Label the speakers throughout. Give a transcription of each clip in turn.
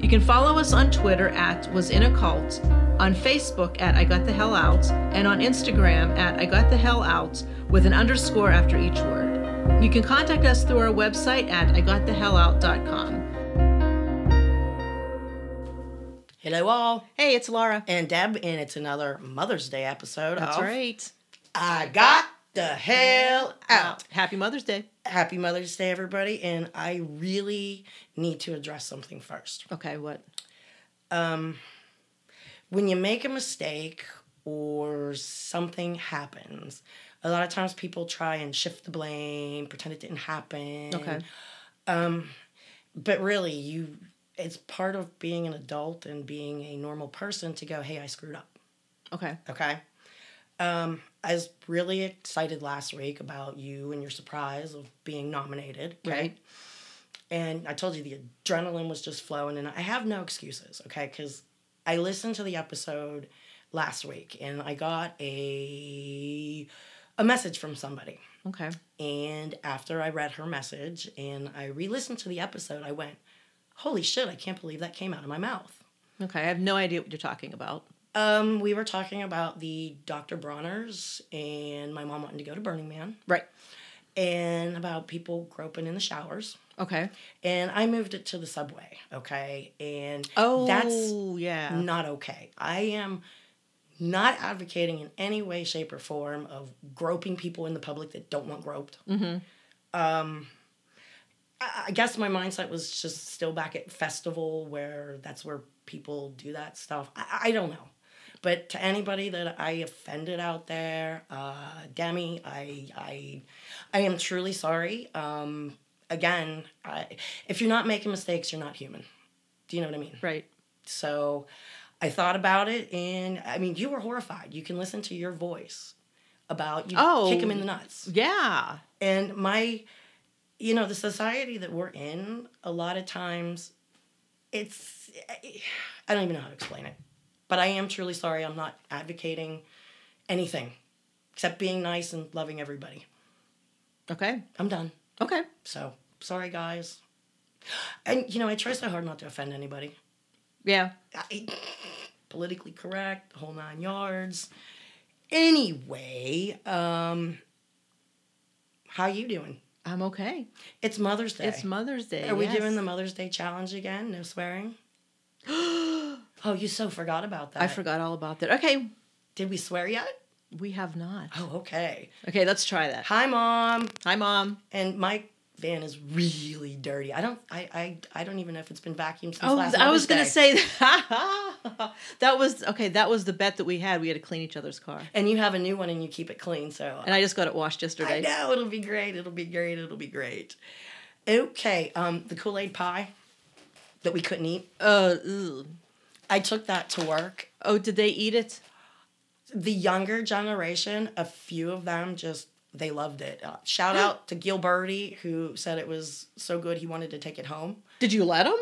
Speaker 1: You can follow us on Twitter at Was In A Cult, on Facebook at I Got The Hell Out, and on Instagram at I Got The Hell Out with an underscore after each word. You can contact us through our website at IGotTheHellOut.com.
Speaker 2: Hello, all,
Speaker 1: Hey, it's Laura.
Speaker 2: and Deb, and it's another Mother's Day episode
Speaker 1: That's
Speaker 2: of
Speaker 1: right.
Speaker 2: I Got the Hell Out.
Speaker 1: Happy Mother's Day.
Speaker 2: Happy Mother's Day, everybody, and I really need to address something first.
Speaker 1: Okay, what?
Speaker 2: when you make a mistake or something happens, a lot of times people try and shift the blame, pretend it didn't happen.
Speaker 1: Okay.
Speaker 2: But really, you it's part of being an adult and being a normal person to go, "Hey, I screwed up."
Speaker 1: Okay.
Speaker 2: Okay? Um, I was really excited last week about you and your surprise of being nominated, okay?
Speaker 1: Right.
Speaker 2: and I told you the adrenaline was just flowing, and I have no excuses, okay? Because I listened to the episode last week, and I got a a message from somebody,
Speaker 1: Okay.
Speaker 2: and after I read her message and I re-listened to the episode, I went, "Holy shit! I can't believe that came out of my mouth."
Speaker 1: Okay. I have no idea what you're talking about.
Speaker 2: Um, we were talking about the Dr. Bronner's and my mom wanting to go to Burning Man,
Speaker 1: Right.
Speaker 2: and about people groping in the showers.
Speaker 1: Okay.
Speaker 2: and I moved it to the subway, okay? And
Speaker 1: Oh,
Speaker 2: that's
Speaker 1: yeah.
Speaker 2: not okay. I am not advocating in any way, shape, or form of groping people in the public that don't want groped. Mm-hmm. Um, I, I guess my mindset was just still back at festival where that's where people do that stuff. I, I don't know. But to anybody that I offended out there, uh, Demi, I, I, I am truly sorry. Um, again, I, if you're not making mistakes, you're not human. Do you know what I mean?
Speaker 1: Right.
Speaker 2: So I thought about it, and I mean, you were horrified. You can listen to your voice about you
Speaker 1: Oh.
Speaker 2: kick him in the nuts.
Speaker 1: Yeah.
Speaker 2: And my, you know, the society that we're in, a lot of times, it's, I don't even know how to explain it. But I am truly sorry. I'm not advocating anything except being nice and loving everybody.
Speaker 1: Okay.
Speaker 2: I'm done.
Speaker 1: Okay.
Speaker 2: So sorry, guys. And, you know, I try so hard not to offend anybody.
Speaker 1: Yeah.
Speaker 2: I- politically correct, the whole nine yards. Anyway, um, how you doing?
Speaker 1: I'm okay.
Speaker 2: It's Mother's Day.
Speaker 1: It's Mother's Day.
Speaker 2: Are we
Speaker 1: yes.
Speaker 2: doing the Mother's Day challenge again? No swearing. oh, you so forgot about that.
Speaker 1: I forgot all about that. Okay.
Speaker 2: Did we swear yet?
Speaker 1: We have not.
Speaker 2: Oh, okay.
Speaker 1: Okay, let's try that.
Speaker 2: Hi, mom.
Speaker 1: Hi, Mom.
Speaker 2: And my van is really dirty. I don't. I. I. I don't even know if it's been vacuumed since
Speaker 1: Oh,
Speaker 2: last.
Speaker 1: I was
Speaker 2: Mother's
Speaker 1: gonna
Speaker 2: Day.
Speaker 1: say that was okay. That was the bet that we had. We had to clean each other's car,
Speaker 2: And you have a new one, and you keep it clean. So
Speaker 1: and I just got it washed yesterday.
Speaker 2: I know it'll be great. It'll be great. It'll be great. Okay, um, the Kool Aid pie that we couldn't eat.
Speaker 1: Uh, ew.
Speaker 2: I took that to work.
Speaker 1: oh, did they eat it?
Speaker 2: The younger generation, a few of them just they loved it. Uh, shout
Speaker 1: Hmm.
Speaker 2: out to Gil Birdie who said it was so good he wanted to take it home.
Speaker 1: Did you let them?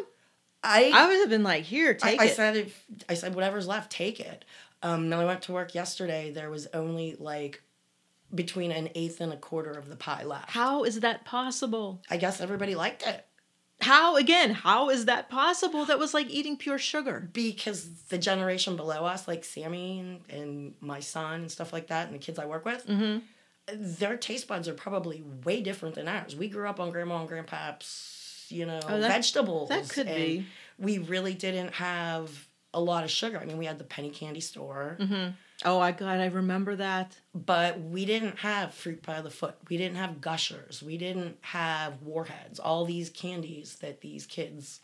Speaker 1: I
Speaker 2: I
Speaker 1: would have been like, here,
Speaker 2: I,
Speaker 1: take
Speaker 2: I
Speaker 1: it.
Speaker 2: said if I said whatever's left, take it. Um, then I went to work yesterday. There was only like between an eighth and a quarter of the pie left.
Speaker 1: how is that possible?
Speaker 2: I guess everybody liked it.
Speaker 1: How again? How is that possible? That was like eating pure sugar.
Speaker 2: because the generation below us, like Sammy and, and my son and stuff like that, and the kids I work with,
Speaker 1: Mm-hmm.
Speaker 2: their taste buds are probably way different than ours. We grew up on grandma and grandpa's, you know,
Speaker 1: Oh, that-
Speaker 2: vegetables.
Speaker 1: that could
Speaker 2: and
Speaker 1: be.
Speaker 2: We really didn't have a lot of sugar. I mean, we had the penny candy store,
Speaker 1: Oh, I God, I remember that.
Speaker 2: but we didn't have fruit by the foot. We didn't have gushers. We didn't have warheads. All these candies that these kids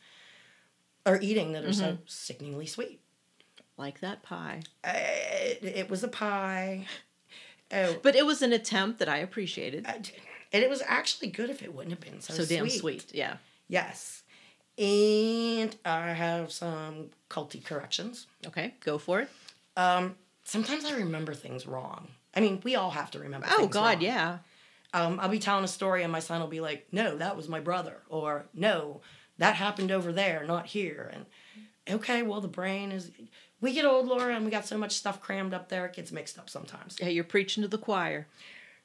Speaker 2: are eating that are so
Speaker 1: Mm-hmm.
Speaker 2: sickeningly sweet.
Speaker 1: Like that pie.
Speaker 2: it, Uh, it was a pie. Oh,
Speaker 1: But it was an attempt that I appreciated.
Speaker 2: Uh, and it was actually good if it wouldn't have been so,
Speaker 1: So damn
Speaker 2: sweet.
Speaker 1: sweet. Yeah.
Speaker 2: Yes. And I have some culty corrections.
Speaker 1: Okay, go for it.
Speaker 2: Um, sometimes I remember things wrong. I mean, we all have to remember.
Speaker 1: Oh
Speaker 2: things
Speaker 1: God,
Speaker 2: wrong.
Speaker 1: yeah.
Speaker 2: Um, I'll be telling a story and my son will be like, "No, that was my brother," or "No, that happened over there, not here." And okay, well, the brain is. We get old, Laura, and we got so much stuff crammed up there, it gets mixed up sometimes.
Speaker 1: Yeah, you're preaching to the choir.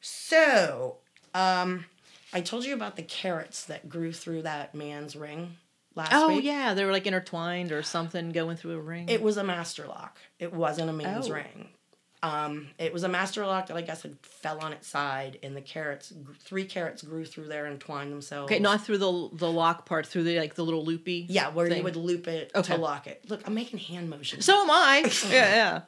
Speaker 2: So, um, I told you about the carrots that grew through that man's ring last
Speaker 1: oh
Speaker 2: week.
Speaker 1: yeah, they were like intertwined or something going through a ring.
Speaker 2: It was a master lock. It wasn't a man's
Speaker 1: Oh.
Speaker 2: ring. Um, it was a master lock that I guess had fell on its side, and the carrots, three carrots, grew through there and twined themselves.
Speaker 1: okay, not through the the lock part, through the like the little loopy.
Speaker 2: Yeah, where
Speaker 1: thing.
Speaker 2: you would loop it
Speaker 1: Okay.
Speaker 2: to lock it. Look, I'm making hand motions.
Speaker 1: So am I. yeah, yeah.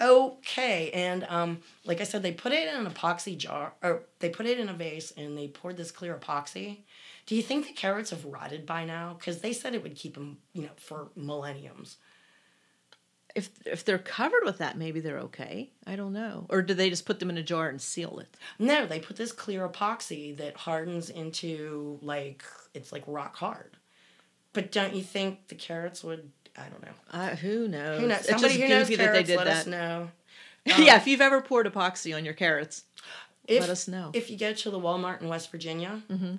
Speaker 2: okay, and um, like I said, they put it in an epoxy jar, or they put it in a vase, and they poured this clear epoxy. Do you think the carrots have rotted by now? Because they said it would keep them, you know, for millenniums.
Speaker 1: If if they're covered with that, maybe they're okay. I don't know. Or do they just put them in a jar and seal it?
Speaker 2: No, they put this clear epoxy that hardens into like it's like rock hard. But don't you think the carrots would? I don't know.
Speaker 1: Uh, who knows?
Speaker 2: Who knows?
Speaker 1: It's
Speaker 2: Somebody
Speaker 1: just
Speaker 2: who knows
Speaker 1: goofy
Speaker 2: carrots,
Speaker 1: that they did
Speaker 2: let us
Speaker 1: that.
Speaker 2: know.
Speaker 1: yeah, if you've ever poured epoxy on your carrots,
Speaker 2: If,
Speaker 1: let us know.
Speaker 2: If you go to the Walmart in West Virginia,
Speaker 1: Mm-hmm.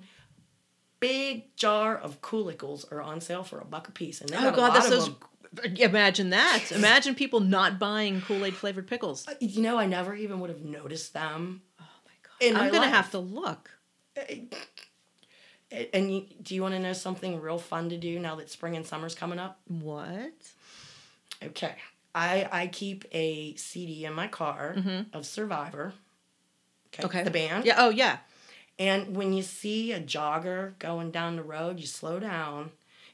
Speaker 2: big jar of Coolicles are on sale for a buck a piece, and they
Speaker 1: oh
Speaker 2: got a
Speaker 1: God,
Speaker 2: lot
Speaker 1: that's
Speaker 2: of
Speaker 1: those.
Speaker 2: them.
Speaker 1: Imagine that. Imagine people not buying Kool Aid flavored pickles. Oh
Speaker 2: Uh, You know, I never even would have noticed them.
Speaker 1: my
Speaker 2: In
Speaker 1: God.
Speaker 2: my
Speaker 1: I'm gonna
Speaker 2: life.
Speaker 1: have to look.
Speaker 2: A- And you, do you want to know something real fun to do now that spring and summer's coming up?
Speaker 1: What?
Speaker 2: Okay. I, I keep a CD in my car of Survivor.
Speaker 1: Mm-hmm. Okay.
Speaker 2: The band.
Speaker 1: Yeah. Oh yeah.
Speaker 2: And when you see a jogger going down the road, you slow down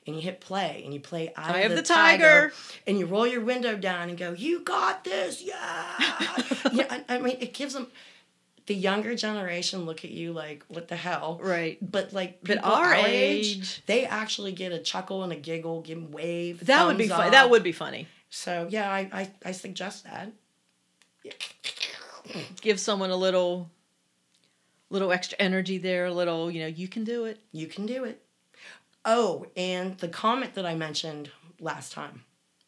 Speaker 2: and you hit play and you play Eye,
Speaker 1: Eye
Speaker 2: of the, tiger. and you roll your window down and go, "You got this, yeah." yeah I, I mean, it gives them the younger generation look at you like, "What the hell?"
Speaker 1: Right.
Speaker 2: But like,
Speaker 1: But
Speaker 2: people
Speaker 1: our
Speaker 2: our age,
Speaker 1: age-
Speaker 2: they actually get a chuckle and a giggle, give 'em wave.
Speaker 1: That would be
Speaker 2: thumbs
Speaker 1: fun.
Speaker 2: up.
Speaker 1: That would be funny.
Speaker 2: So yeah, I I, I suggest that.
Speaker 1: Give someone a little, little extra energy there. A little, you know, you can do it.
Speaker 2: You can do it. Oh, and the comet that I mentioned last time.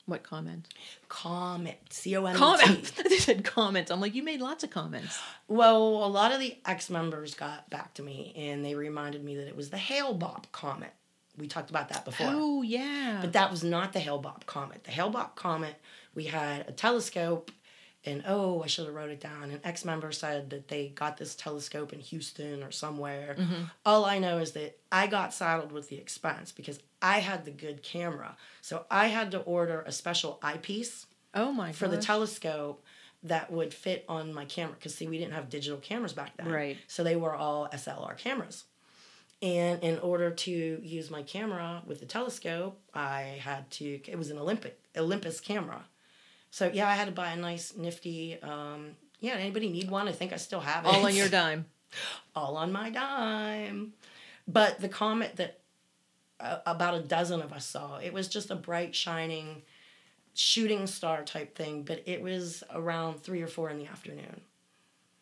Speaker 1: What comment?
Speaker 2: Comet. C O M E T.
Speaker 1: Comment. they said comment. I'm like, you made lots of comments.
Speaker 2: Well, a lot of the ex members got back to me and they reminded me that it was the Hale Bopp comet. We talked about that before.
Speaker 1: Oh yeah.
Speaker 2: But that was not the Hale Bopp comet. The Hale Bopp comet, we had a telescope, and oh, I should have wrote it down. An ex member said that they got this telescope in Houston or somewhere. All I know is that I got saddled with the expense because I had the good camera. So I had to order a special eyepiece
Speaker 1: oh my.
Speaker 2: for the
Speaker 1: gosh.
Speaker 2: telescope that would fit on my camera because see we didn't have digital cameras back then
Speaker 1: Right.
Speaker 2: so they were all slr cameras and in order to use my camera with the telescope i had to it was an olympic olympus camera so yeah i had to buy a nice nifty um yeah anybody need one i think i still have it
Speaker 1: all on your dime.
Speaker 2: all on my dime. But the comet that uh, about a dozen of us saw, it was just a bright, shining, shooting star type thing, but it was around three or four in the afternoon.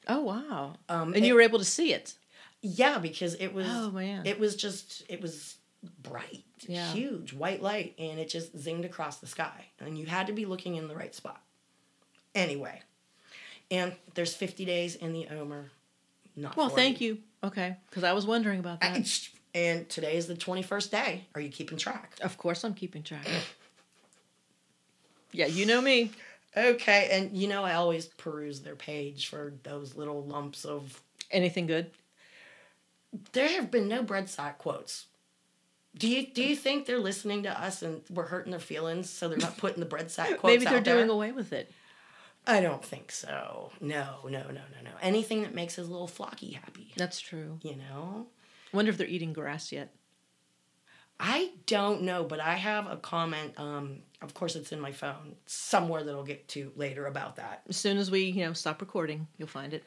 Speaker 1: Oh wow.
Speaker 2: Um,
Speaker 1: and you were able to see it.
Speaker 2: Yeah, because it was,
Speaker 1: Oh, man.
Speaker 2: it was just, it was bright,
Speaker 1: Yeah.
Speaker 2: huge, white light, and it just zinged across the sky. And you had to be looking in the right spot. Anyway, and there's 50 days in the Omer. Not
Speaker 1: Well,
Speaker 2: 40.
Speaker 1: thank you. Okay, because I was wondering about that.
Speaker 2: And today is the 21st day. Are you keeping track?
Speaker 1: Of course, I'm keeping track. yeah, you know me.
Speaker 2: Okay, and you know I always peruse their page for those little lumps of.
Speaker 1: Anything good?
Speaker 2: There have been no bread sack quotes. Do you do you think they're listening to us and we're hurting their feelings so they're not putting the bread sack quotes
Speaker 1: Maybe they're
Speaker 2: out there?
Speaker 1: doing away with it.
Speaker 2: I don't think so. No, no, no, no, no. Anything that makes his little flocky happy,
Speaker 1: That's true.
Speaker 2: you know.
Speaker 1: Wonder if they're eating grass yet.
Speaker 2: I don't know, but I have a comment. Um, of course, it's in my phone somewhere that I'll get to later about that.
Speaker 1: As soon as we, you know, stop recording, you'll find it.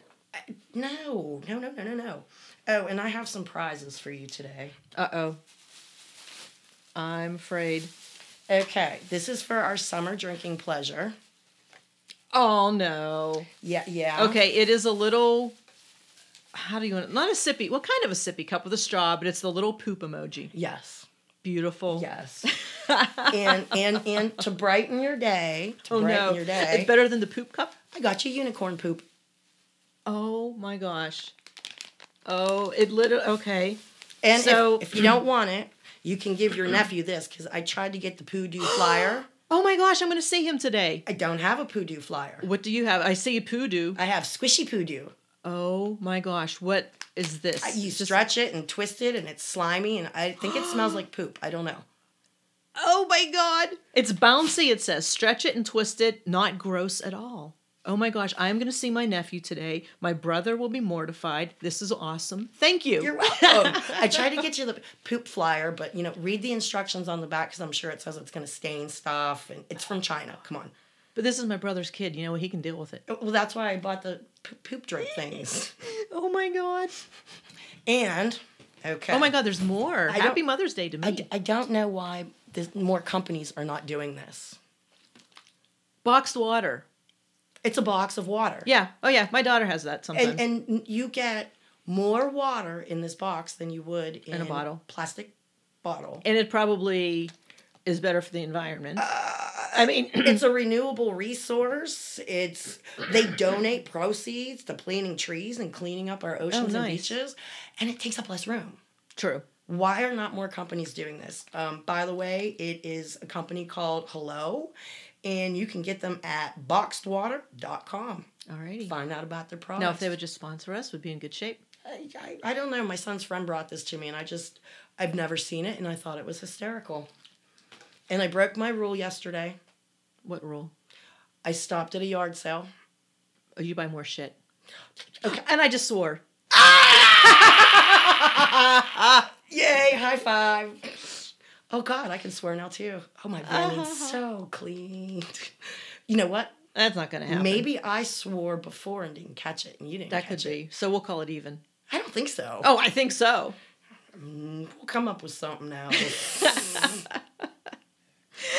Speaker 2: No, no, no, no, no, no. Oh, and I have some prizes for you today.
Speaker 1: Uh oh. I'm afraid.
Speaker 2: Okay, this is for our summer drinking pleasure.
Speaker 1: Oh no.
Speaker 2: Yeah, yeah.
Speaker 1: Okay, it is a little. How do you want it? Not a sippy. What kind of a sippy cup with a straw? But it's the little poop emoji.
Speaker 2: Yes.
Speaker 1: Beautiful.
Speaker 2: Yes. and and and to brighten your day, to
Speaker 1: Oh
Speaker 2: brighten
Speaker 1: no.
Speaker 2: your day,
Speaker 1: It's better than the poop cup?
Speaker 2: I got you unicorn poop.
Speaker 1: Oh my gosh. Oh, it literally okay.
Speaker 2: And if-
Speaker 1: So-
Speaker 2: if, you don't want it, you can give your nephew this because I tried to get the Poodoo flyer.
Speaker 1: Oh my gosh, I'm gonna see him today.
Speaker 2: I don't have a Poodoo flyer.
Speaker 1: What do you have? I see a poodoo.
Speaker 2: I have squishy Poodoo.
Speaker 1: Oh my gosh, what is this?
Speaker 2: I- You
Speaker 1: Just-
Speaker 2: stretch it and twist it, and it's slimy, and I think it smells like poop. I don't know.
Speaker 1: Oh my god. It's bouncy, it says. Stretch it and twist it, not gross at all. Oh my gosh, I am gonna see my nephew today. My brother will be mortified. This is awesome. Thank you.
Speaker 2: You're welcome. I tried to get you the poop flyer, but you know, read the instructions on the back because I'm sure it says it's going to stain stuff, and it's from China. Come on.
Speaker 1: but this is my brother's kid, you know, he can deal with it.
Speaker 2: Well, that's why I bought the po- poop drip things.
Speaker 1: Oh my god.
Speaker 2: And okay.
Speaker 1: Oh my god, there's more.
Speaker 2: don't-
Speaker 1: Happy Mother's Day to me.
Speaker 2: I, d- I don't know why this, more companies are not doing this.
Speaker 1: Boxed water.
Speaker 2: It's a box of water.
Speaker 1: Yeah. Oh yeah, my daughter has that sometimes.
Speaker 2: And and you get more water in this box than you would in,
Speaker 1: a bottle.
Speaker 2: Plastic bottle.
Speaker 1: and it probably is better for the environment. I mean,
Speaker 2: it's a renewable resource. It's they donate proceeds to planting trees and cleaning up our oceans and
Speaker 1: Oh, nice.
Speaker 2: beaches, and it takes up less room.
Speaker 1: true.
Speaker 2: Why are not more companies doing this? Um, by the way, it is a company called Hello, and you can get them at boxedwater.com.
Speaker 1: Alrighty.
Speaker 2: Find out about their products.
Speaker 1: Now, if they would just sponsor us, we'd be in good shape.
Speaker 2: I, I, I don't know. My son's friend brought this to me, and I just, I've never seen it, and I thought it was hysterical. And I broke my rule yesterday.
Speaker 1: What rule?
Speaker 2: I stopped at a yard sale.
Speaker 1: Oh, you buy more shit.
Speaker 2: Okay.
Speaker 1: And I just swore.
Speaker 2: Yay, high five. Oh, God, I can swear now, too. Oh, my branding's so clean. You know what?
Speaker 1: That's not going to happen.
Speaker 2: Maybe I swore before and didn't catch it, and you didn't
Speaker 1: that
Speaker 2: catch
Speaker 1: could
Speaker 2: it.
Speaker 1: be. So we'll call it even.
Speaker 2: I don't think so.
Speaker 1: Oh, I think so.
Speaker 2: We'll come up with something now.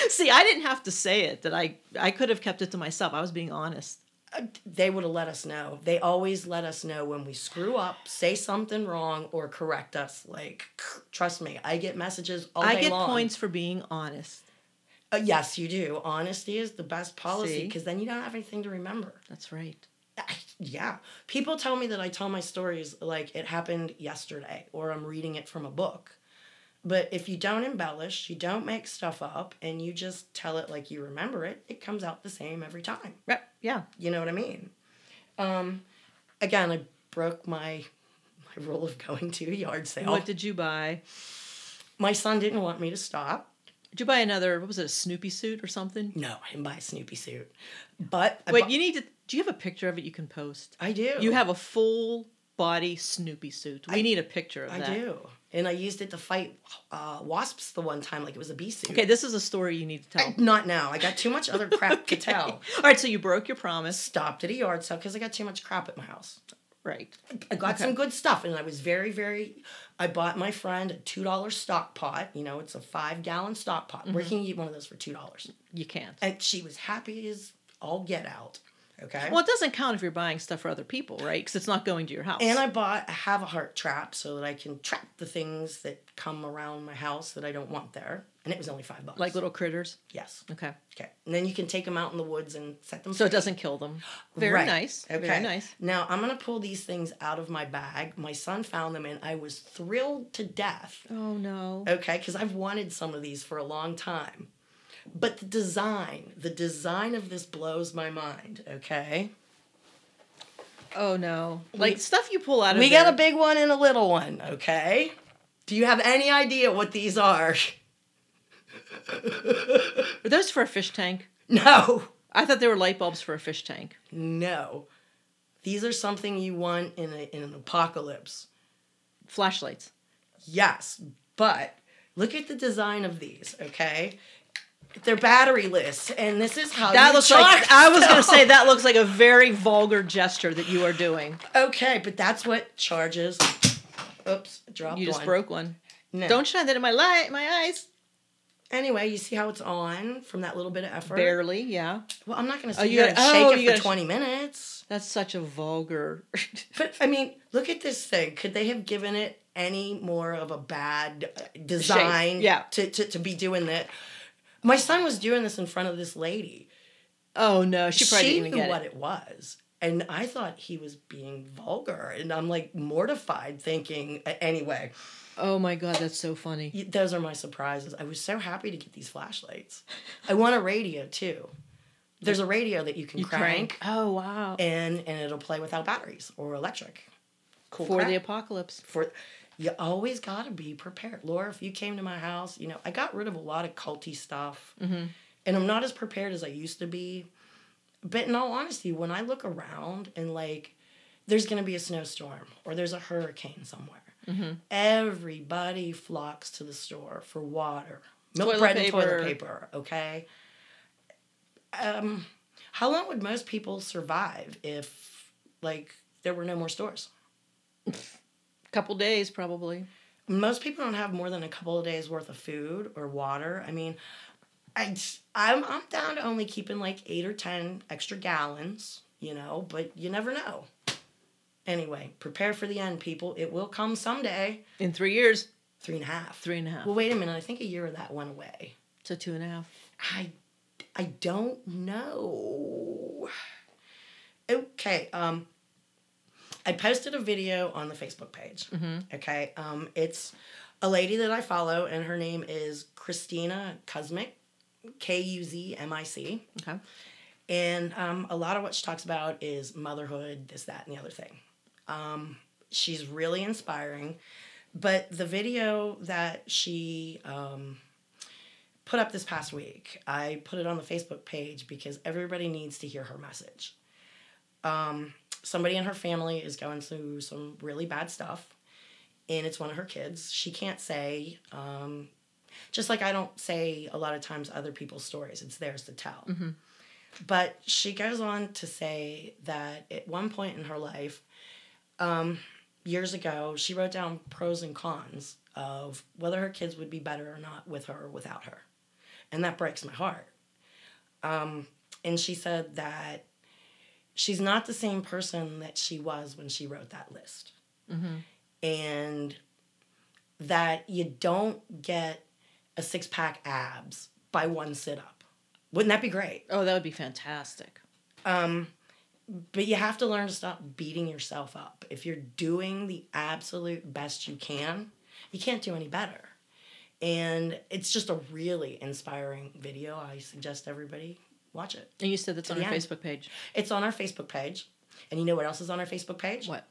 Speaker 1: See, I didn't have to say it. That I I could have kept it to myself. I was being honest.
Speaker 2: they would have let us know. They always let us know when we screw up, say something wrong, or correct us. Like, trust me, I get messages all
Speaker 1: I
Speaker 2: day
Speaker 1: get
Speaker 2: long.
Speaker 1: points for being honest.
Speaker 2: Uh, yes, you do. Honesty is the best policy
Speaker 1: See?
Speaker 2: because then you don't have anything to remember.
Speaker 1: That's right.
Speaker 2: yeah, people tell me that I tell my stories like it happened yesterday, or I'm reading it from a book. But if you don't embellish, you don't make stuff up, and you just tell it like you remember it, it comes out the same every time.
Speaker 1: Yep. Yeah.
Speaker 2: You know what I mean? Um, again, I broke my my rule of going to a yard sale.
Speaker 1: What did you buy?
Speaker 2: my son didn't want me to stop.
Speaker 1: Did you buy another? What was it? A Snoopy suit or something?
Speaker 2: No, I didn't buy a Snoopy suit, but I,
Speaker 1: Wait,
Speaker 2: bu-
Speaker 1: you need to. Do you have a picture of it you can post?
Speaker 2: I do.
Speaker 1: You have a full body Snoopy suit. We need a picture of
Speaker 2: I
Speaker 1: that.
Speaker 2: do, and I used it to fight uh, wasps the one time, like it was a bee suit.
Speaker 1: Okay, this is a story you need to tell.
Speaker 2: Not now. I got too much other crap to tell.
Speaker 1: All right, so you broke your promise.
Speaker 2: Stopped at a yard sale because I got too much crap at my house.
Speaker 1: Right.
Speaker 2: I got some good stuff, and I was very, very. I bought my friend a two dollar stock pot. You know, it's a five gallon stock pot.
Speaker 1: Mm-hmm.
Speaker 2: Where can you get one of those for two dollars?
Speaker 1: You can't.
Speaker 2: And she was happy as all get out. Okay.
Speaker 1: Well, it doesn't count if you're buying stuff for other people, right? Because it's not going to your house.
Speaker 2: and I bought a have a heart trap so that I can trap the things that come around my house that I don't want there. And it was only five bucks.
Speaker 1: like little critters.
Speaker 2: yes.
Speaker 1: Okay.
Speaker 2: Okay. And then you can take them out in the woods and set them.
Speaker 1: So it
Speaker 2: free.
Speaker 1: doesn't kill them. Very
Speaker 2: Right.
Speaker 1: nice. Very nice.
Speaker 2: Now I'm gonna pull these things out of my bag. My son found them and I was thrilled to death.
Speaker 1: Oh no.
Speaker 2: Okay, because I've wanted some of these for a long time. But the design, the design of this blows my mind, okay?
Speaker 1: Oh no. Like stuff you pull out of
Speaker 2: We
Speaker 1: there-
Speaker 2: got a big one and a little one, okay? Do you have any idea what these are?
Speaker 1: Are those for a fish tank?
Speaker 2: No,
Speaker 1: I thought they were light bulbs for a fish tank.
Speaker 2: no. These are something you want in, a, in an apocalypse.
Speaker 1: Flashlights.
Speaker 2: Yes, but look at the design of these, okay? They're batteryless, and this is how
Speaker 1: That
Speaker 2: Oh, you
Speaker 1: looks
Speaker 2: charge
Speaker 1: like I was gonna
Speaker 2: them.
Speaker 1: say that looks like a very vulgar gesture that you are doing.
Speaker 2: Okay, but that's what charges. Oops, dropped
Speaker 1: You just
Speaker 2: one.
Speaker 1: broke one.
Speaker 2: No.
Speaker 1: Don't shine that in my light, my eyes.
Speaker 2: Anyway, you see how it's on from that little bit of effort.
Speaker 1: Barely, yeah.
Speaker 2: Well, I'm not going to sit
Speaker 1: you
Speaker 2: here
Speaker 1: gotta-
Speaker 2: and shake
Speaker 1: oh,
Speaker 2: it
Speaker 1: you
Speaker 2: for
Speaker 1: gotta sh-
Speaker 2: 20 minutes.
Speaker 1: That's such a vulgar.
Speaker 2: But I mean, look at this thing. Could they have given it any more of a bad uh, design
Speaker 1: yeah.
Speaker 2: to, to, to be doing that? My son was doing this in front of this lady.
Speaker 1: Oh no, she probably didn't even
Speaker 2: knew
Speaker 1: get
Speaker 2: what
Speaker 1: it.
Speaker 2: it. was. And I thought he was being vulgar. And I'm like mortified thinking, a- anyway,
Speaker 1: Oh my god, that's so funny.
Speaker 2: y- those are my surprises. I was so happy to get these flashlights. I want a radio too. There's a radio that you can crank,
Speaker 1: Oh wow.
Speaker 2: and and it'll play without batteries or electric. Cool.
Speaker 1: For
Speaker 2: crap.
Speaker 1: the apocalypse.
Speaker 2: for you always got to be prepared. Laura, if you came to my house, you know, I got rid of a lot of culty stuff.
Speaker 1: Mm-hmm.
Speaker 2: And I'm not as prepared as I used to be. But in all honesty, when I look around and like there's going to be a snowstorm or there's a hurricane somewhere,
Speaker 1: Mm-hmm.
Speaker 2: everybody flocks to the store for water, milk,
Speaker 1: Toilet
Speaker 2: bread, and
Speaker 1: paper.
Speaker 2: toilet paper, okay? Um, how long would most people survive if like there were no more stores?
Speaker 1: Couple days probably.
Speaker 2: most people don't have more than a couple of days worth of food or water. I mean, I I'm I'm down to only keeping like eight or ten extra gallons, you know, but you never know. Anyway, prepare for the end, people. It will come someday.
Speaker 1: In three years.
Speaker 2: Three and a half.
Speaker 1: Three and a half.
Speaker 2: Well, wait a minute. I think a year of that went away.
Speaker 1: So two and a half.
Speaker 2: I I don't know. Okay, um I posted a video on the Facebook page. Okay. Um it's a lady that I follow and her name is Christina Kuzmic, K U Z M I C.
Speaker 1: Okay.
Speaker 2: And um a lot of what she talks about is motherhood, this that and the other thing. Um she's really inspiring, but the video that she um put up this past week. I put it on the Facebook page because everybody needs to hear her message. Um, somebody in her family is going through some really bad stuff, and it's one of her kids. She can't say, um, just like I don't say a lot of times other people's stories, it's theirs to tell. But she goes on to say that at one point in her life, um, years ago, she wrote down pros and cons of whether her kids would be better or not with her or without her. And that breaks my heart. Um, and she said that she's not the same person that she was when she wrote that list. And that you don't get a six pack abs by one sit up. Wouldn't that be great?
Speaker 1: Oh, that would be fantastic.
Speaker 2: but you have to learn to stop beating yourself up. If you're doing the absolute best you can, you can't do any better. And it's just a really inspiring video. I suggest everybody watch it.
Speaker 1: And you said that's on
Speaker 2: the
Speaker 1: our
Speaker 2: end.
Speaker 1: Facebook page.
Speaker 2: It's on our Facebook page. And you know what else is on our Facebook page?
Speaker 1: What?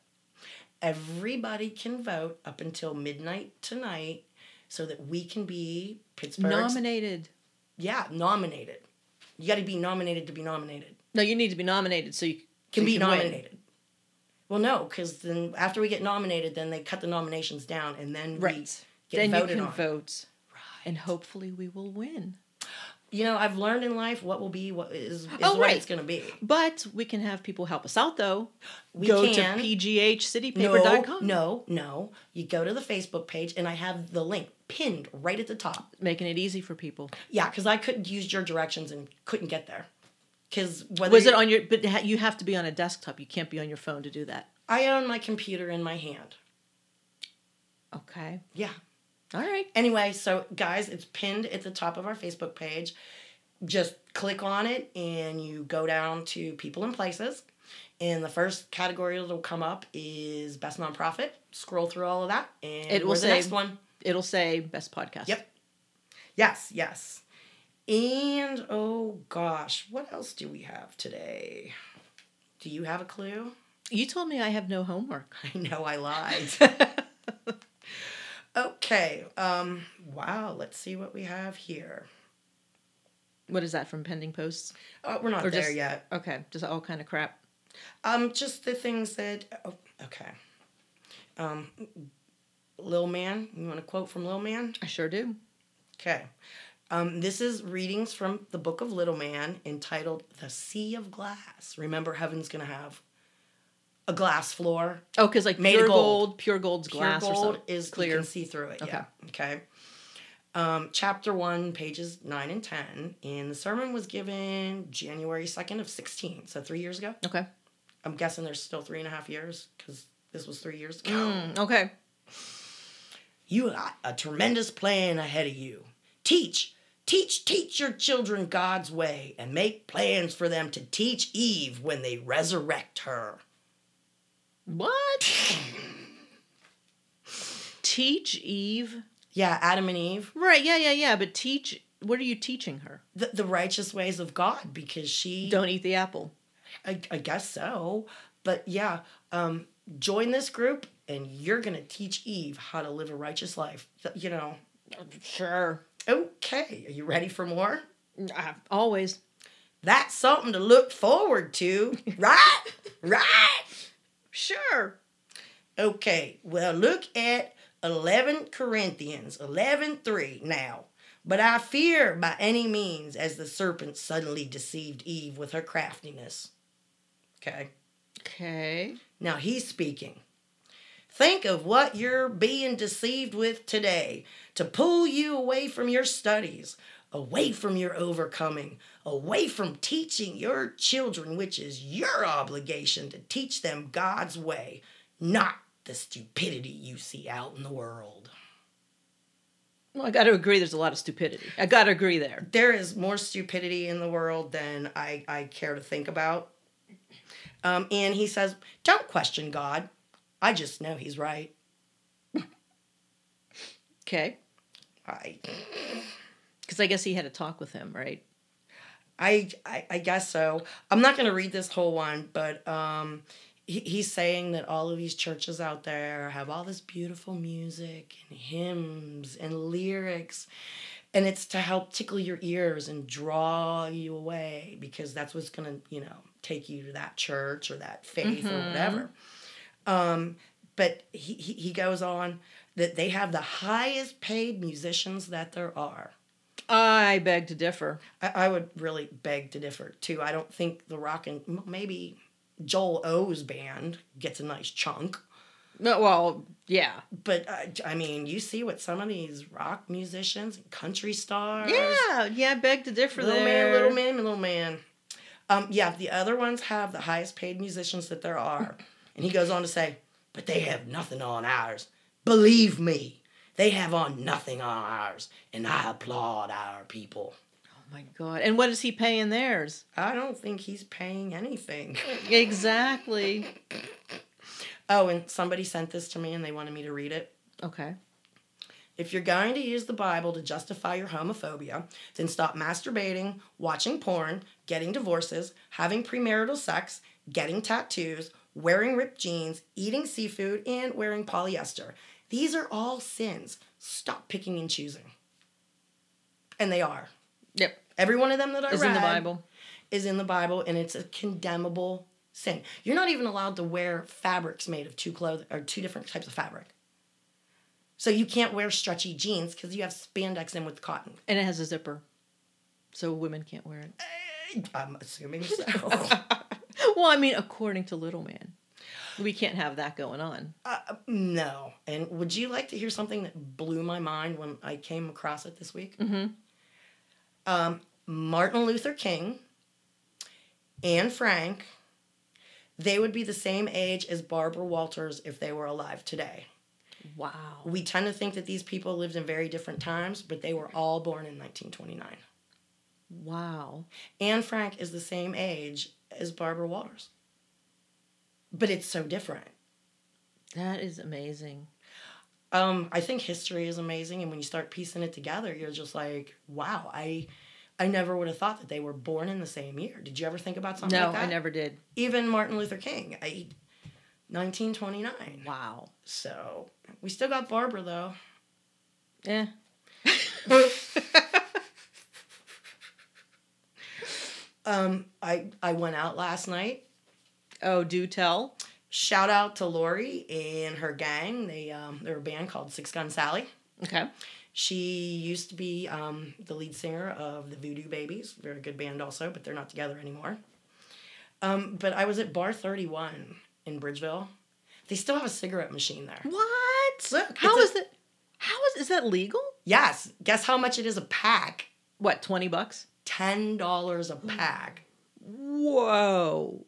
Speaker 2: Everybody can vote up until midnight tonight so that we can be Pittsburgh's
Speaker 1: Nominated.
Speaker 2: yeah, nominated. You got to be nominated to be nominated.
Speaker 1: No, you need to be nominated so you
Speaker 2: can
Speaker 1: so
Speaker 2: be
Speaker 1: you win.
Speaker 2: nominated. Well, no, because then after we get nominated, then they cut the nominations down, and then we
Speaker 1: Right.
Speaker 2: get
Speaker 1: then you
Speaker 2: voted
Speaker 1: can
Speaker 2: on.
Speaker 1: vote. And hopefully we will win.
Speaker 2: You know, I've learned in life what will be, what is, is
Speaker 1: Oh,
Speaker 2: what
Speaker 1: right.
Speaker 2: it's going to be.
Speaker 1: But we can have people help us out though.
Speaker 2: We
Speaker 1: Go
Speaker 2: can.
Speaker 1: to pghcitypaper.com.
Speaker 2: No, no, no. You go to the Facebook page, and I have the link pinned right at the top.
Speaker 1: Making it easy for people.
Speaker 2: Yeah, because I couldn't use your directions and couldn't get there. Because whether
Speaker 1: Was it
Speaker 2: you-
Speaker 1: on your? But ha- you have to be on a desktop. You can't be on your phone to do that.
Speaker 2: I own my computer in my hand.
Speaker 1: Okay.
Speaker 2: Yeah,
Speaker 1: All right.
Speaker 2: Anyway, so guys, it's pinned at the top of our Facebook page. Just click on it and you go down to people and places. And the first category that'll come up is best nonprofit. Scroll through all of that and
Speaker 1: It will
Speaker 2: we're the
Speaker 1: say-
Speaker 2: next one.
Speaker 1: It'll say best podcast.
Speaker 2: Yep. Yes, yes. And oh gosh, what else do we have today? Do you have a clue?
Speaker 1: You told me I have no homework.
Speaker 2: I know I lied. okay. Um wow, let's see what we have here.
Speaker 1: What is that from pending posts?
Speaker 2: Uh, we're not
Speaker 1: Or
Speaker 2: there
Speaker 1: just-
Speaker 2: yet.
Speaker 1: Okay, just all kind of crap.
Speaker 2: Um, just the things that. Oh, okay. Um, Lil Man, you want a quote from Lil Man?
Speaker 1: I sure do.
Speaker 2: Okay. Um, this is readings from the book of Little Man entitled "The Sea of Glass." Remember, heaven's gonna have a glass floor.
Speaker 1: Oh, because like
Speaker 2: Made of
Speaker 1: pure
Speaker 2: gold.
Speaker 1: gold. pure gold's glass
Speaker 2: Pure
Speaker 1: or
Speaker 2: gold
Speaker 1: something.
Speaker 2: is You
Speaker 1: clear.
Speaker 2: can see through it.
Speaker 1: Okay.
Speaker 2: Yeah. Okay. Um, chapter one, pages nine and ten, and the sermon was given January second of sixteen, so three years ago.
Speaker 1: Okay.
Speaker 2: I'm guessing there's still three and a half years because this was three years ago.
Speaker 1: Mm, okay.
Speaker 2: You got a tremendous plan ahead of you. Teach, Teach, teach your children God's way and make plans for them to teach Eve when they resurrect her.
Speaker 1: What? teach Eve?
Speaker 2: Yeah, Adam and Eve,
Speaker 1: Right, yeah, yeah, yeah, but teach what are you teaching her?
Speaker 2: the, the righteous ways of God, because she,
Speaker 1: Don't eat the apple.
Speaker 2: I, I guess so. But yeah, um, join this group and you're going to teach Eve how to live a righteous life. Th- You know,
Speaker 1: Sure.
Speaker 2: okay, are you ready for more?
Speaker 1: Always.
Speaker 2: That's something to look forward to, right? right?
Speaker 1: Sure.
Speaker 2: Okay, well, look at 11 Corinthians 11:3 now. But I fear by any means as the serpent suddenly deceived Eve with her craftiness. Okay.
Speaker 1: Okay.
Speaker 2: Now he's speaking. Think of what you're being deceived with today to pull you away from your studies, away from your overcoming, away from teaching your children, which is your obligation to teach them God's way, not the stupidity you see out in the world.
Speaker 1: Well, I got to agree. There's a lot of stupidity. I got to agree there.
Speaker 2: there is more stupidity in the world than I, I care to think about. Um, and he says, Don't question God. I just know he's right.
Speaker 1: Okay.
Speaker 2: I,
Speaker 1: Because I guess he had a talk with him, right?
Speaker 2: I, I, I guess so. I'm not going to read this whole one, but um, he, he's saying that all of these churches out there have all this beautiful music and hymns and lyrics. And it's to help tickle your ears and draw you away because that's what's going to, you know, take you to that church or that faith or whatever. Um, but he, he, he goes on that they have the highest paid musicians that there are.
Speaker 1: I beg to differ.
Speaker 2: I, I would really beg to differ too. I don't think the rock and m- maybe Joel O's band gets a nice chunk,
Speaker 1: No, well, yeah.
Speaker 2: but I, I mean, you see what some of these rock musicians, and country
Speaker 1: Uh,
Speaker 2: stars,
Speaker 1: Yeah, yeah, I beg to differ
Speaker 2: little
Speaker 1: there.
Speaker 2: man, little man, little man. Um, yeah, the other ones have the highest paid musicians that there are, and he goes on to say, but they have nothing on ours. Believe me, they have on nothing on ours, and I applaud our people.
Speaker 1: Oh my god. And what is he paying theirs?
Speaker 2: I don't think he's paying anything.
Speaker 1: Exactly.
Speaker 2: Oh, and somebody sent this to me and they wanted me to read it.
Speaker 1: Okay.
Speaker 2: If you're going to use the Bible to justify your homophobia, then stop masturbating, watching porn, getting divorces, having premarital sex, getting tattoos, wearing ripped jeans, eating seafood, and wearing polyester. These are all sins. Stop picking and choosing. And they are.
Speaker 1: Yep.
Speaker 2: Every one of them that I
Speaker 1: Is
Speaker 2: read
Speaker 1: in the Bible.
Speaker 2: is in the Bible, and it's a condemnable sin. You're not even allowed to wear fabrics made of two clothes or two different types of fabric. So you can't wear stretchy jeans because you have spandex in with cotton.
Speaker 1: And it has a zipper. So women can't wear it.
Speaker 2: Eh, I'm assuming so.
Speaker 1: Well, I mean, according to Little Man. We can't have that going on.
Speaker 2: uh, no. And would you like to hear something that blew my mind when I came across it this week?
Speaker 1: Mm-hmm.
Speaker 2: Um, Martin Luther King, Anne Frank, they would be the same age as Barbara Walters if they were alive today.
Speaker 1: Wow.
Speaker 2: we tend to think that these people lived in very different times, but they were all born in 1929.
Speaker 1: Wow.
Speaker 2: Anne Frank is the same age as Barbara Walters. But it's so different.
Speaker 1: That is amazing.
Speaker 2: Um, I think history is amazing, and when you start piecing it together, you're just like, wow, I, I never would have thought that they were born in the same year. Did you ever think about something
Speaker 1: no,
Speaker 2: like that?
Speaker 1: I never did.
Speaker 2: Even Martin Luther King, I, 1929.
Speaker 1: Wow.
Speaker 2: So we still got Barbara though.
Speaker 1: Yeah.
Speaker 2: Um, I I went out last night
Speaker 1: oh, do tell.
Speaker 2: shout out to Lori and her gang. They um, they're a band called Six Gun Sally.
Speaker 1: Okay.
Speaker 2: She used to be um, the lead singer of the Voodoo Babies. Very good band also, but they're not together anymore. Um, but I was at Bar Thirty One in Bridgeville. They still have a cigarette machine there.
Speaker 1: What?
Speaker 2: Look,
Speaker 1: how
Speaker 2: it's
Speaker 1: is that? How is is that legal?
Speaker 2: Yes, guess how much it is a pack?
Speaker 1: What, 20 bucks?
Speaker 2: Ten dollars a pack.
Speaker 1: Whoa.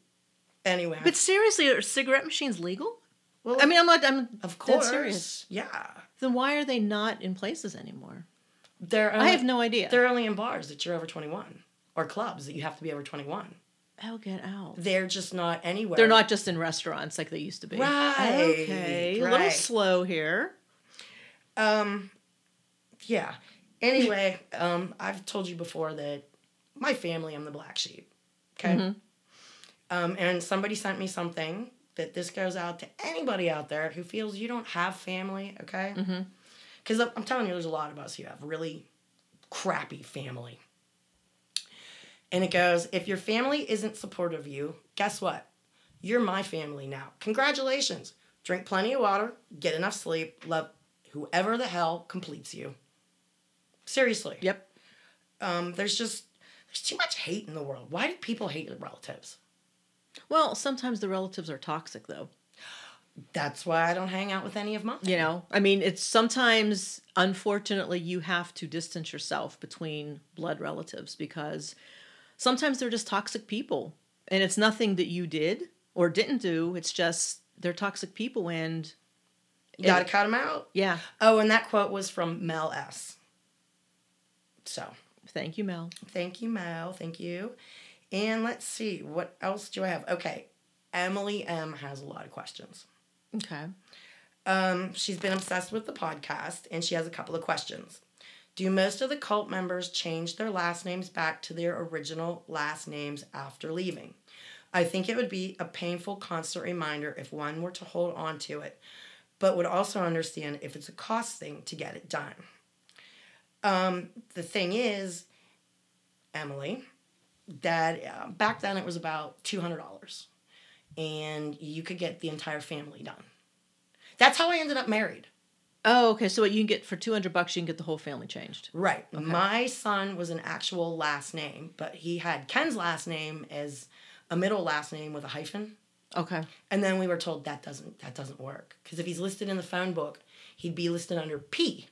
Speaker 2: Anyway,
Speaker 1: But seriously, are cigarette machines legal?
Speaker 2: well,
Speaker 1: I mean, I'm not I'm
Speaker 2: of
Speaker 1: dead
Speaker 2: course,
Speaker 1: serious.
Speaker 2: yeah.
Speaker 1: Then why are they not in places anymore?
Speaker 2: They're
Speaker 1: I
Speaker 2: only-
Speaker 1: have no idea.
Speaker 2: They're only in bars that you're over 21 or clubs that you have to be over 21.
Speaker 1: oh, get out.
Speaker 2: They're just not anywhere.
Speaker 1: They're not just in restaurants like they used to be.
Speaker 2: Right,
Speaker 1: Okay. A little
Speaker 2: right.
Speaker 1: slow here.
Speaker 2: Um, yeah. Anyway, um, I've told you before that my family, I'm the black sheep. Okay. Um, and somebody sent me something that this goes out to anybody out there who feels you don't have family. Okay. Because I'm telling you, there's a lot of us who have really crappy family. And it goes, if your family isn't supportive of you, guess what? You're my family now. Congratulations. Drink plenty of water, get enough sleep, love whoever the hell completes you. Seriously.
Speaker 1: Yep.
Speaker 2: Um, there's just there's too much hate in the world. Why do people hate their relatives?
Speaker 1: Well, sometimes the relatives are toxic though.
Speaker 2: That's why I don't hang out with any of mine.
Speaker 1: You know, I mean, it's sometimes, unfortunately, you have to distance yourself between blood relatives because sometimes they're just toxic people. And it's nothing that you did or didn't do. It's just they're toxic people. And
Speaker 2: You gotta cut them out.
Speaker 1: yeah,
Speaker 2: Oh, and that quote was from Mel S. So
Speaker 1: thank you, Mel.
Speaker 2: Thank you, Mel. Thank you. And let's see, what else do I have? Okay, Emily M has a lot of questions.
Speaker 1: Okay.
Speaker 2: Um, she's been obsessed with the podcast and she has a couple of questions. Do most of the cult members change their last names back to their original last names after leaving? I think it would be a painful, constant reminder if one were to hold on to it, but would also understand if it's a cost thing to get it done. Um, the thing is, Emily, that uh, back then it was about $200 and you could get the entire family done. That's how I ended up married.
Speaker 1: Oh, okay. So what you can get for 200 bucks, you can get the whole family changed.
Speaker 2: Right. My son was an actual last name, but he had Ken's last name as a middle last name with a hyphen.
Speaker 1: Okay.
Speaker 2: And then we were told that doesn't that doesn't work because if he's listed in the phone book, he'd be listed under P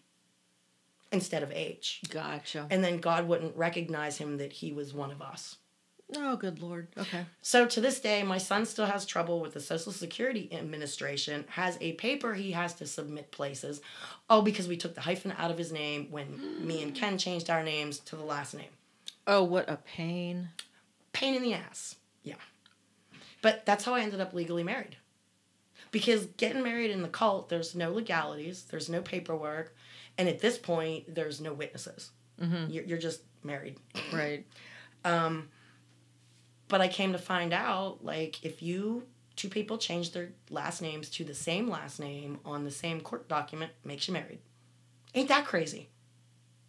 Speaker 2: instead of H.
Speaker 1: Gotcha.
Speaker 2: And then God wouldn't recognize him that he was one of us.
Speaker 1: Oh, good Lord. Okay.
Speaker 2: So to this day, my son still has trouble with the Social Security Administration, has a paper he has to submit places, all because we took the hyphen out of his name when me and Ken changed our names to the last name.
Speaker 1: Oh, what a pain.
Speaker 2: Pain in the ass. Yeah. But that's how I ended up legally married. Because getting married in the cult, there's no legalities, there's no paperwork, and at this point, there's no witnesses. You're, you're just married.
Speaker 1: Right.
Speaker 2: But I came to find out, like, if you two people change their last names to the same last name on the same court document, makes you married. Ain't that crazy?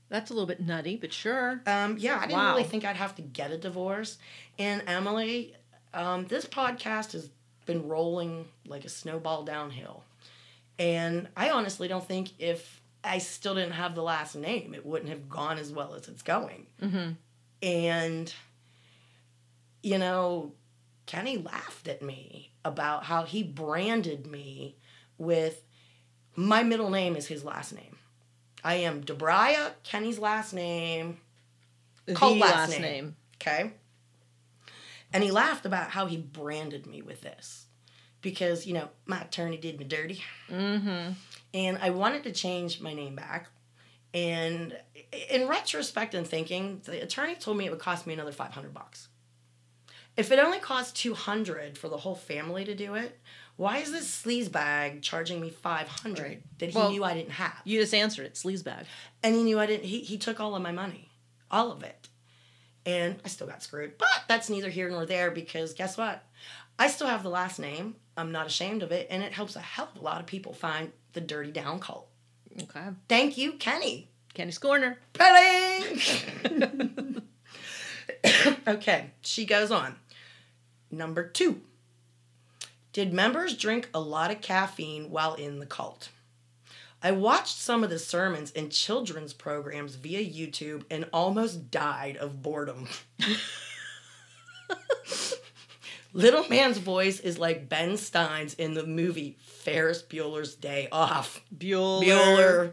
Speaker 1: That's a little bit nutty, but sure.
Speaker 2: Um, yeah, I didn't
Speaker 1: Wow.
Speaker 2: really think I'd have to get a divorce. And Emily, um, this podcast has been rolling like a snowball downhill. And I honestly don't think if I still didn't have the last name, it wouldn't have gone as well as it's going. And, you know, Kenny laughed at me about how he branded me with my middle name is his last name. I am Debraya, Kenny's last name. Cult last name. Okay. And he laughed about how he branded me with this because, you know, my attorney did me dirty.
Speaker 1: Mm-hmm.
Speaker 2: And I wanted to change my name back. And in retrospect and thinking, the attorney told me it would cost me another 500 bucks. If it only cost 200 for the whole family to do it, why is this sleazebag charging me 500
Speaker 1: Right.
Speaker 2: that he
Speaker 1: Well,
Speaker 2: knew I didn't have?
Speaker 1: You just answered it. Sleazebag.
Speaker 2: and he knew I didn't. He he took all of my money, all of it, and I still got screwed. But that's neither here nor there because guess what? I still have the last name. I'm not ashamed of it, and it helps a hell of a lot of people find the dirty down cult.
Speaker 1: Okay.
Speaker 2: Thank you, Kenny.
Speaker 1: Candy's Corner.
Speaker 2: Petting. okay, she goes on. Number two. Did members drink a lot of caffeine while in the cult? I watched some of the sermons and children's programs via YouTube and almost died of boredom. Little man's voice is like Ben Stein's in the movie Ferris Bueller's Day Off.
Speaker 1: Bueller.
Speaker 2: Bueller.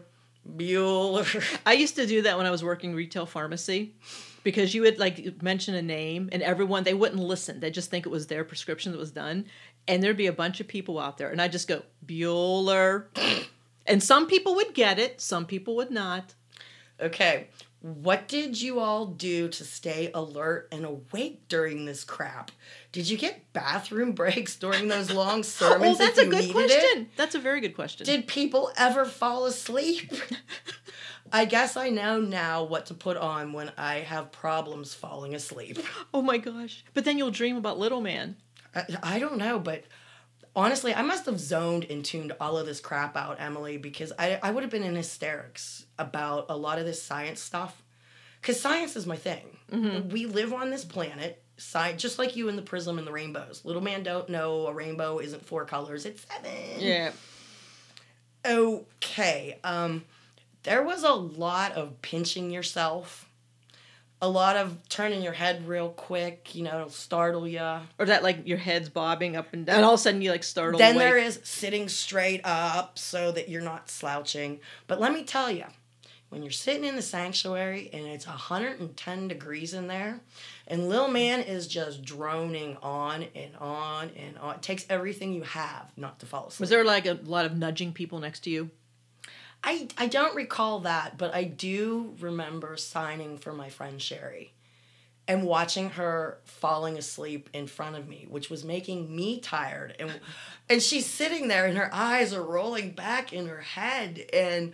Speaker 2: Bueller.
Speaker 1: I used to do that when I was working retail pharmacy because you would like mention a name and everyone, they wouldn't listen. They just think it was their prescription that was done. And there'd be a bunch of people out there. And I'd just go, Bueller. and some people would get it, some people would not.
Speaker 2: Okay. What did you all do to stay alert and awake during this crap? Did you get bathroom breaks during those long
Speaker 1: Oh,
Speaker 2: sermons?
Speaker 1: that's
Speaker 2: if
Speaker 1: a
Speaker 2: you
Speaker 1: good
Speaker 2: needed It?
Speaker 1: question. That's a very good question.
Speaker 2: Did people ever fall asleep? I guess I know now what to put on when I have problems falling asleep.
Speaker 1: oh my gosh. But then you'll dream about Little Man.
Speaker 2: I, I don't know, but honestly, I must have zoned and tuned all of this crap out, Emily, because I, I would have been in hysterics about a lot of this science stuff. Because science is my thing. We live on this planet, sci- just like you in the prism and the rainbows. Little man don't know a rainbow isn't four colors, it's seven. Okay. Um, there was a lot of pinching yourself. A lot of turning your head real quick, you know, it'll startle you.
Speaker 1: Or that like your head's bobbing up and down. And all of a sudden you like startle.
Speaker 2: Then
Speaker 1: awake.
Speaker 2: there is sitting straight up so that you're not slouching. But let me tell you, when you're sitting in the sanctuary and it's 110 degrees in there, and Lil Man is just droning on and on and on, it takes everything you have not to fall asleep.
Speaker 1: Was there like a lot of nudging people next to you?
Speaker 2: I, I don't recall that, but I do remember signing for my friend Sherry and watching her falling asleep in front of me, which was making me tired. And and she's sitting there and her eyes are rolling back in her head. And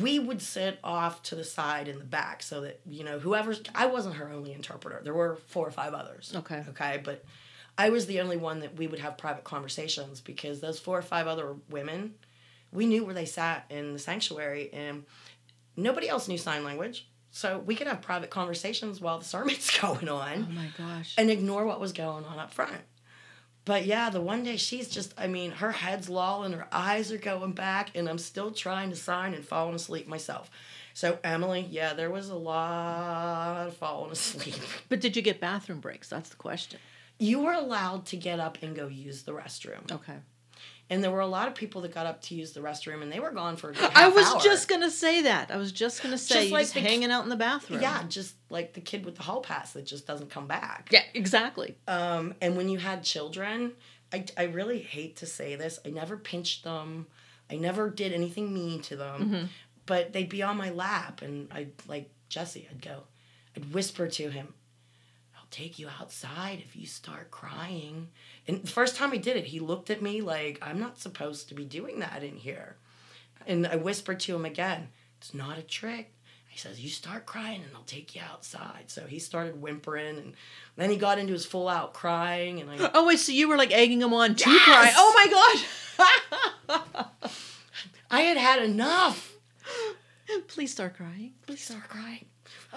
Speaker 2: we would sit off to the side in the back so that, you know, whoever's I wasn't her only interpreter. There were four or five others.
Speaker 1: Okay.
Speaker 2: Okay. But I was the only one that we would have private conversations because those four or five other women we knew where they sat in the sanctuary and nobody else knew sign language so we could have private conversations while the sermon's going
Speaker 1: Oh
Speaker 2: on
Speaker 1: my gosh.
Speaker 2: and ignore what was going on up front but yeah the one day she's just i mean her head's lolling her eyes are going back and i'm still trying to sign and falling asleep myself so emily yeah there was a lot of falling asleep
Speaker 1: But did you get bathroom breaks? That's the question.
Speaker 2: you were allowed to get up and go use the restroom
Speaker 1: Okay.
Speaker 2: and there were a lot of people that got up to use the restroom and they were gone for a good
Speaker 1: I
Speaker 2: half
Speaker 1: was
Speaker 2: hour.
Speaker 1: just gonna say that. I was just gonna say
Speaker 2: Just
Speaker 1: you're
Speaker 2: like
Speaker 1: just
Speaker 2: the-
Speaker 1: hanging out in the bathroom.
Speaker 2: Yeah, just like the kid with the hall pass that just doesn't come back.
Speaker 1: Yeah. Exactly.
Speaker 2: Um, and when you had children, I, I really hate to say this. I never pinched them. I never did anything mean to them. But they'd be on my lap, and I'd like Jesse. I'd go, I'd whisper to him, "I'll take you outside if you start crying." And the first time I did it, he looked at me like, "I'm not supposed to be doing that in here." And I whispered to him again, it's not a trick. He says, You start crying and I'll take you outside. So he started whimpering and then he got into his full out crying and I
Speaker 1: Oh wait, so you were like egging him on to
Speaker 2: Yes!
Speaker 1: cry. Oh my gosh.
Speaker 2: I had had enough.
Speaker 1: Please start crying. Please start.
Speaker 2: Start crying.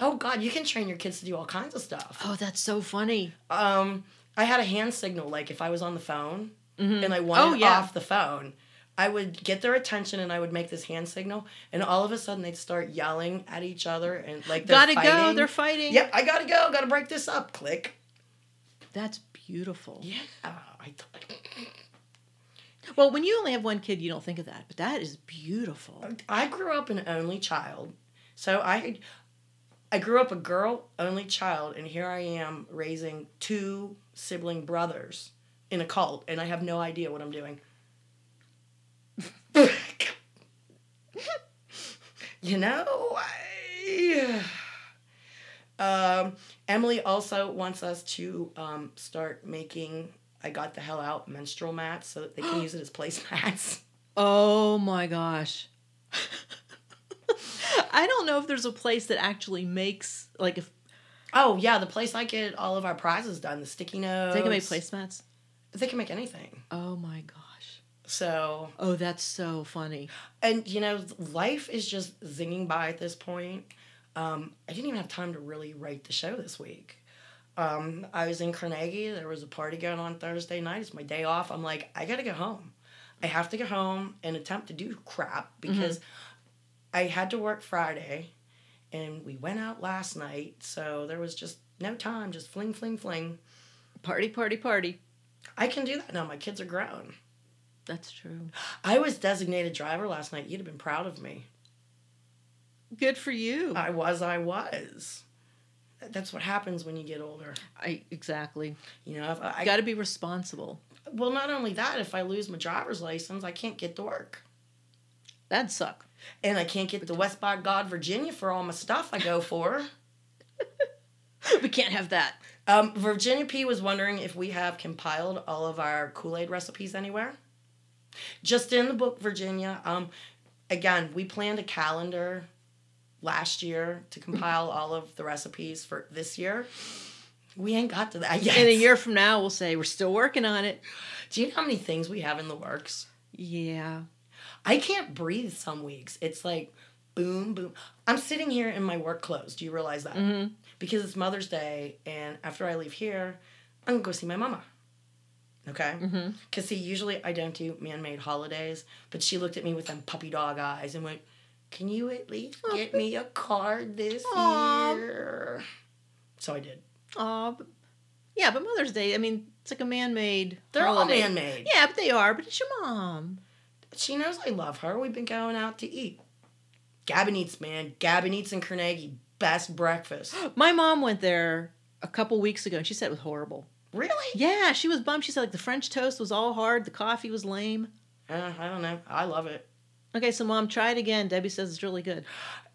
Speaker 2: Oh God, you can train your kids to do all kinds of stuff.
Speaker 1: Oh, that's so funny.
Speaker 2: Um, I had a hand signal, like if I was on the phone and I wanted
Speaker 1: Oh, yeah.
Speaker 2: off the phone, I would get their attention and I would make this hand signal, and all of a sudden they'd start yelling at each other and like they're
Speaker 1: Gotta go.
Speaker 2: fighting.
Speaker 1: They're fighting.
Speaker 2: Yep, I gotta go. Gotta break this up. Click.
Speaker 1: That's beautiful.
Speaker 2: Yeah, I thought.
Speaker 1: Well, when you only have one kid, you don't think of that, but that is beautiful.
Speaker 2: I grew up an only child, so I I grew up a girl only child, and here I am raising two sibling brothers in a cult, and I have no idea what I'm doing. you know, I, um, Emily also wants us to um, start making. I got the hell out menstrual mats so that they can use it as placemats.
Speaker 1: Oh my gosh. I don't know if there's a place that actually makes like if
Speaker 2: Oh yeah, the place I get all of our prizes done, the sticky notes.
Speaker 1: they can make placemats.
Speaker 2: They can make anything.
Speaker 1: Oh my gosh.
Speaker 2: So
Speaker 1: Oh, that's so funny.
Speaker 2: and you know, life is just zinging by at this point. Um, I didn't even have time to really write the show this week. Um, I was in Carnegie. There was a party going on Thursday night. It's my day off. I'm like, I gotta go home. I have to go home and attempt to do crap
Speaker 1: Mm-hmm.
Speaker 2: because I had to work Friday, and we went out last night. So there was just no time. Just fling, fling, fling.
Speaker 1: Party, party, party.
Speaker 2: I can do that now. My kids are grown.
Speaker 1: That's true.
Speaker 2: I was designated driver last night. You'd have been proud of me.
Speaker 1: Good for you.
Speaker 2: I was, I was. That's what happens when you get older.
Speaker 1: I exactly.
Speaker 2: You know, if I,
Speaker 1: You got to be responsible.
Speaker 2: well, not only that, if I lose my driver's license, I can't get to work.
Speaker 1: That'd suck.
Speaker 2: and I can't get the West by God Virginia for all my stuff I go for.
Speaker 1: we can't have that.
Speaker 2: Um, Virginia P was wondering if we have compiled all of our Kool Aid recipes anywhere. Just in the book, Virginia. Um, again, we planned a calendar last year to compile all of the recipes for this year. We ain't got to that yet.
Speaker 1: In a year from now, we'll say we're still working on it.
Speaker 2: Do you know how many things we have in the works?
Speaker 1: Yeah.
Speaker 2: I can't breathe some weeks. It's like boom, boom. I'm sitting here in my work clothes. Do you realize that?
Speaker 1: Mm-hmm.
Speaker 2: Because it's Mother's Day, and after I leave here, I'm gonna go see my mama. Okay?
Speaker 1: Mm-hmm.
Speaker 2: Because, see, usually I don't do man made holidays, but she looked at me with them puppy dog eyes and went, Can you at least get me a card this
Speaker 1: Aw.
Speaker 2: year? So I did.
Speaker 1: Aw, but, yeah, but Mother's Day. I mean, it's like a man-made.
Speaker 2: They're
Speaker 1: holiday.
Speaker 2: all man made.
Speaker 1: Yeah, but they are. But it's your mom.
Speaker 2: She knows I love her. We've been going out to eat. Gavin eats, man. Gavin eats in Carnegie. Best breakfast.
Speaker 1: My mom went there a couple weeks ago, and she said it was horrible.
Speaker 2: Really?
Speaker 1: Yeah, she was bummed. She said like the French toast was all hard, the coffee was lame.
Speaker 2: Uh, I don't know. I love it.
Speaker 1: Okay, so mom, try it again. Debbie says it's really good.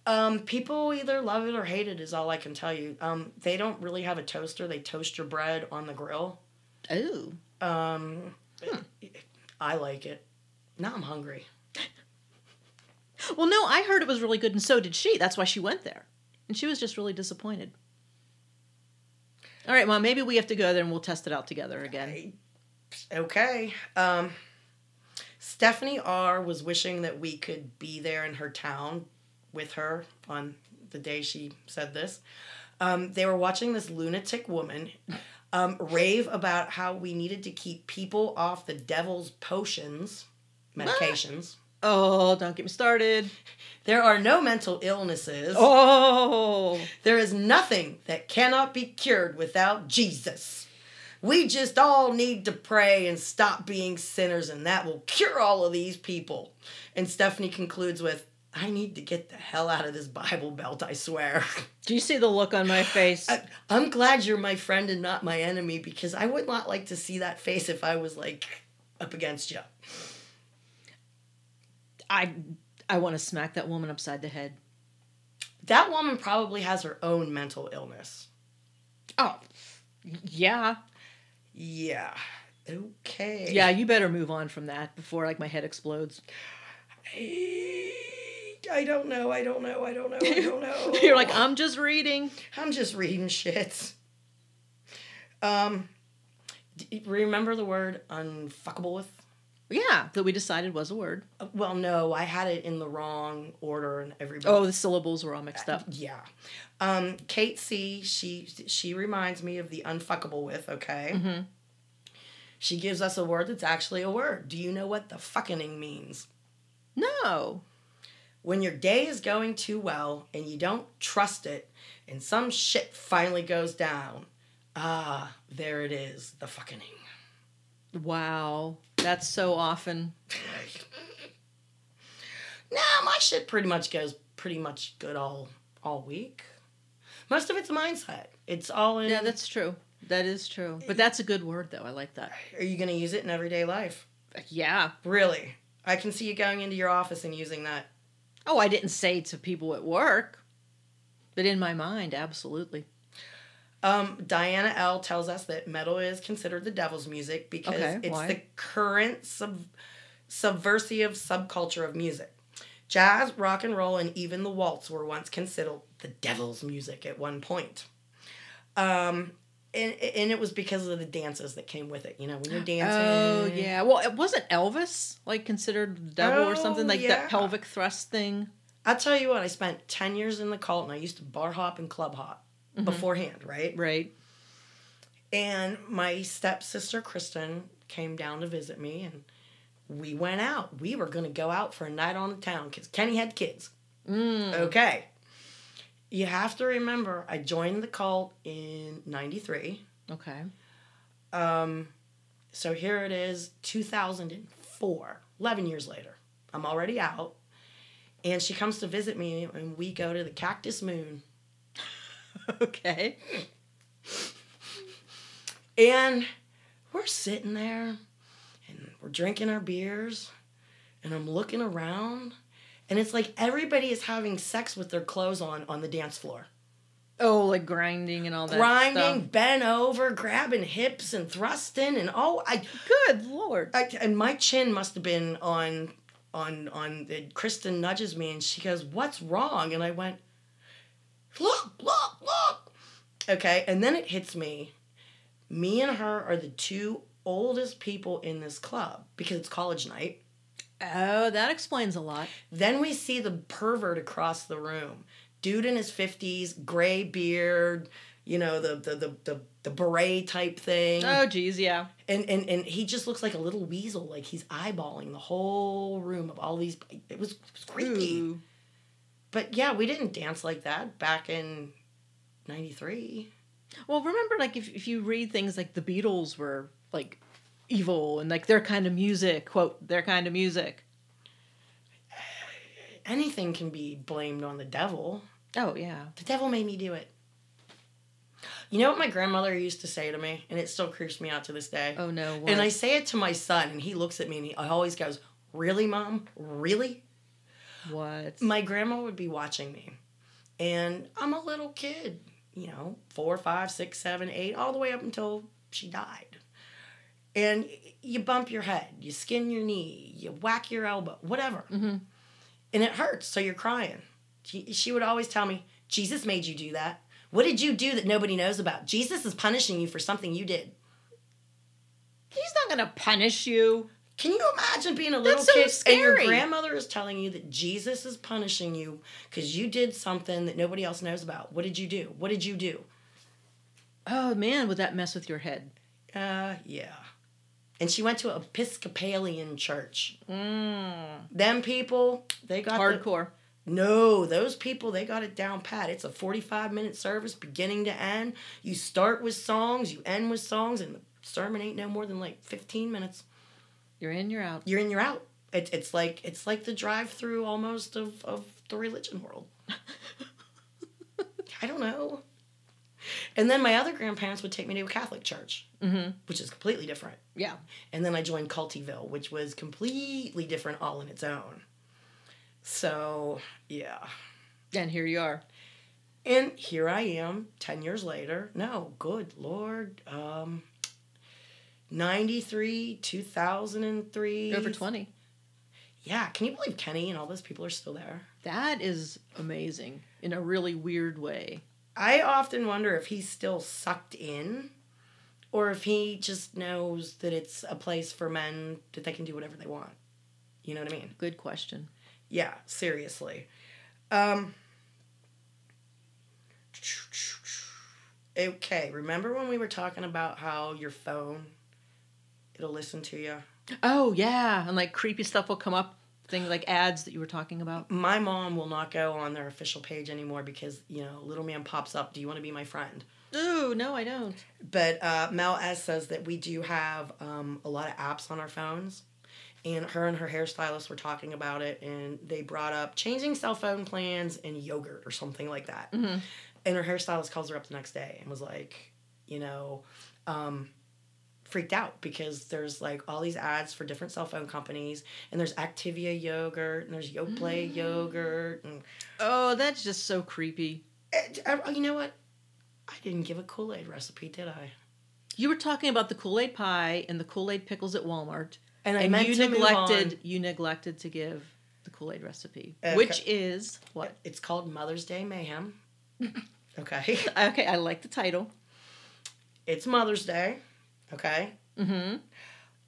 Speaker 2: Um, people either love it or hate it is all I can tell you. Um, they don't really have a toaster. They toast your bread on the grill.
Speaker 1: Oh,
Speaker 2: Um, I like it. Now I'm hungry.
Speaker 1: well, no, I heard it was really good, and so did she. That's why she went there, and she was just really disappointed. All right, mom, maybe we have to go there and we'll test it out together again.
Speaker 2: Okay. Um, Stephanie R was wishing that we could be there in her town with her on the day she said this. Um, they were watching this lunatic woman um, rave about how we needed to keep people off the devil's potions, medications.
Speaker 1: Oh, don't get me started.
Speaker 2: There are no mental illnesses.
Speaker 1: Oh,
Speaker 2: There is nothing that cannot be cured without Jesus. We just all need to pray and stop being sinners, and that will cure all of these people. And Stephanie concludes with, I need to get the hell out of this Bible belt, I swear.
Speaker 1: do you see the look on my face?
Speaker 2: I, I'm glad you're my friend and not my enemy because I would not like to see that face if I was like up against you.
Speaker 1: I I want to smack that woman upside the head.
Speaker 2: That woman probably has her own mental illness.
Speaker 1: Oh, yeah,
Speaker 2: Yeah. Okay.
Speaker 1: yeah. You better move on from that before like my head explodes.
Speaker 2: I don't know. I don't know. I don't know. I don't know.
Speaker 1: You're like I'm just reading.
Speaker 2: I'm just reading shit. Um, d- remember the word unfuckable with?
Speaker 1: Yeah, that we decided was a word.
Speaker 2: Uh, Well, no, I had it in the wrong order and everybody.
Speaker 1: Oh, the syllables were all mixed up.
Speaker 2: yeah. Um, Kate C. She she reminds me of the unfuckable with. Okay.
Speaker 1: Mm-hmm.
Speaker 2: She gives us a word that's actually a word. Do you know what the fucking means?
Speaker 1: No.
Speaker 2: When your day is going too well and you don't trust it and some shit finally goes down. Ah, there it is, the fucking.
Speaker 1: Wow. That's so often.
Speaker 2: nah, my shit pretty much goes pretty much good all all week. Most of it's mindset. It's all in
Speaker 1: Yeah, that's true. That is true. But that's a good word, though. I like that.
Speaker 2: are you gonna use it in everyday life?
Speaker 1: Yeah.
Speaker 2: Really? I can see you going into your office and using that.
Speaker 1: Oh, I didn't say to people at work, but in my mind, absolutely.
Speaker 2: Um, Diana L tells us that metal is considered the devil's music because
Speaker 1: Okay,
Speaker 2: it's
Speaker 1: why?
Speaker 2: the current sub- subversive subculture of music. Jazz, rock and roll, and even the waltz were once considered the devil's music at one point. Um, and, and it was because of the dances that came with it. You know, when you're dancing.
Speaker 1: Oh, yeah. Well, it wasn't Elvis like considered the devil or something
Speaker 2: Oh,
Speaker 1: like
Speaker 2: yeah.
Speaker 1: that pelvic thrust thing.
Speaker 2: I'll tell you what, I spent 10 years in the cult and I used to bar hop and club hop
Speaker 1: Mm-hmm.
Speaker 2: beforehand, right?
Speaker 1: Right.
Speaker 2: And my stepsister Kristen came down to visit me, and we went out. We were going to go out for a night on the town because Kenny had kids.
Speaker 1: Mm.
Speaker 2: Okay. You have to remember, I joined the cult in 93.
Speaker 1: Okay.
Speaker 2: Um, so here it is, 2004, 11 years later. I'm already out. And she comes to visit me, and we go to the Cactus Moon.
Speaker 1: Okay.
Speaker 2: And we're sitting there and we're drinking our beers and I'm looking around And it's like everybody is having sex with their clothes on on the dance floor.
Speaker 1: Oh, like grinding and all that.
Speaker 2: Grinding,
Speaker 1: stuff.
Speaker 2: bent over, grabbing hips and thrusting and oh, I
Speaker 1: Good lord.
Speaker 2: I, and my chin must have been on on on and Kristen nudges me and she goes, "What's wrong?" And I went, "Look, look, look." Okay, and then it hits me. Me and her are the two oldest people in this club because it's college night.
Speaker 1: Oh, that explains a lot.
Speaker 2: Then we see the pervert across the room. Dude in his 50s, gray beard, you know, the the the the, the beret type thing
Speaker 1: Oh, geez, yeah.
Speaker 2: and and and he just looks like a little weasel like he's eyeballing the whole room of all these it was, it was creepy
Speaker 1: Ooh.
Speaker 2: but yeah we didn't dance like that back in 93
Speaker 1: Well, remember, like if if you read things like the Beatles were like evil and like their kind of music, quote their kind of music.
Speaker 2: anything can be blamed on the devil
Speaker 1: Oh yeah.
Speaker 2: the devil made me do it you know what my grandmother used to say to me and it still creeps me out to this day
Speaker 1: Oh no.
Speaker 2: and i say it to my son and he looks at me and he always goes really mom really
Speaker 1: what?
Speaker 2: my grandma would be watching me and i'm a little kid you know four five six seven eight all the way up until she died and y- you bump your head you skin your knee you whack your elbow whatever
Speaker 1: Mhm.
Speaker 2: and it hurts so you're crying she, she would always tell me jesus made you do that what did you do that nobody knows about jesus is punishing you for something you did
Speaker 1: He's not gonna punish you.
Speaker 2: Can you imagine being a little
Speaker 1: That's so
Speaker 2: kid and your
Speaker 1: scary.
Speaker 2: grandmother is telling you that Jesus is punishing you because you did something that nobody else knows about? What did you do? What did you do?
Speaker 1: Oh man, would that mess with your head?
Speaker 2: Uh, yeah. And she went to an Episcopalian church.
Speaker 1: Mm.
Speaker 2: Them people, they got the-
Speaker 1: Hardcore.
Speaker 2: No, those people, they got it down pat. It's a 45 minute service beginning to end. You start with songs, you end with songs, and the sermon ain't no more than like 15 minutes.
Speaker 1: You're in, you're out.
Speaker 2: you're in you're out it, it's like it's like the drive through almost of, of the religion world i don't know and then my other grandparents would take me to a catholic church
Speaker 1: Mm-hmm.
Speaker 2: which is completely different
Speaker 1: Yeah.
Speaker 2: and then i joined cultiville which was completely different all in its own so yeah
Speaker 1: And here you are.
Speaker 2: and here i am 10 years later no good lord um 93 2003
Speaker 1: Over twenty.
Speaker 2: Yeah, can you believe Kenny and all those people are still there?
Speaker 1: That is amazing in a really weird way.
Speaker 2: I often wonder if he's still sucked in or if he just knows that it's a place for men that they can do whatever they want. You know what I mean?
Speaker 1: Good question.
Speaker 2: Yeah, seriously. Um Okay, remember when we were talking about how your phone it'll listen to you?
Speaker 1: Oh yeah, and like creepy stuff will come up. Things like ads that you were talking about.
Speaker 2: My mom will not go on their official page anymore because, you know, little man pops up, "Do you want to be my friend?"
Speaker 1: Ooh, no, I don't.
Speaker 2: But uh, Mel S says that we do have um, a lot of apps on our phones. And her and her hairstylist were talking about it, and they brought up changing cell phone plans and yogurt or something like that.
Speaker 1: Mhm.
Speaker 2: And her hairstylist calls her up the next day and was like, you know, um, freaked out because there's like all these ads for different cell phone companies, and there's Activia yogurt, and there's Yoplait
Speaker 1: Mm.
Speaker 2: yogurt, and
Speaker 1: Oh, that's just so creepy.
Speaker 2: and, uh, you know what? I didn't give a Kool Aid recipe, did I?
Speaker 1: You were talking about the Kool Aid pie and the Kool Aid pickles at Walmart,
Speaker 2: And I
Speaker 1: and
Speaker 2: meant
Speaker 1: you
Speaker 2: to move on.
Speaker 1: neglected you neglected to give the Kool Aid recipe,
Speaker 2: Okay.
Speaker 1: which is what?
Speaker 2: It's called Mother's Day Mayhem. okay.
Speaker 1: Okay, I like the title.
Speaker 2: It's Mother's Day. Okay.
Speaker 1: Mm-hmm.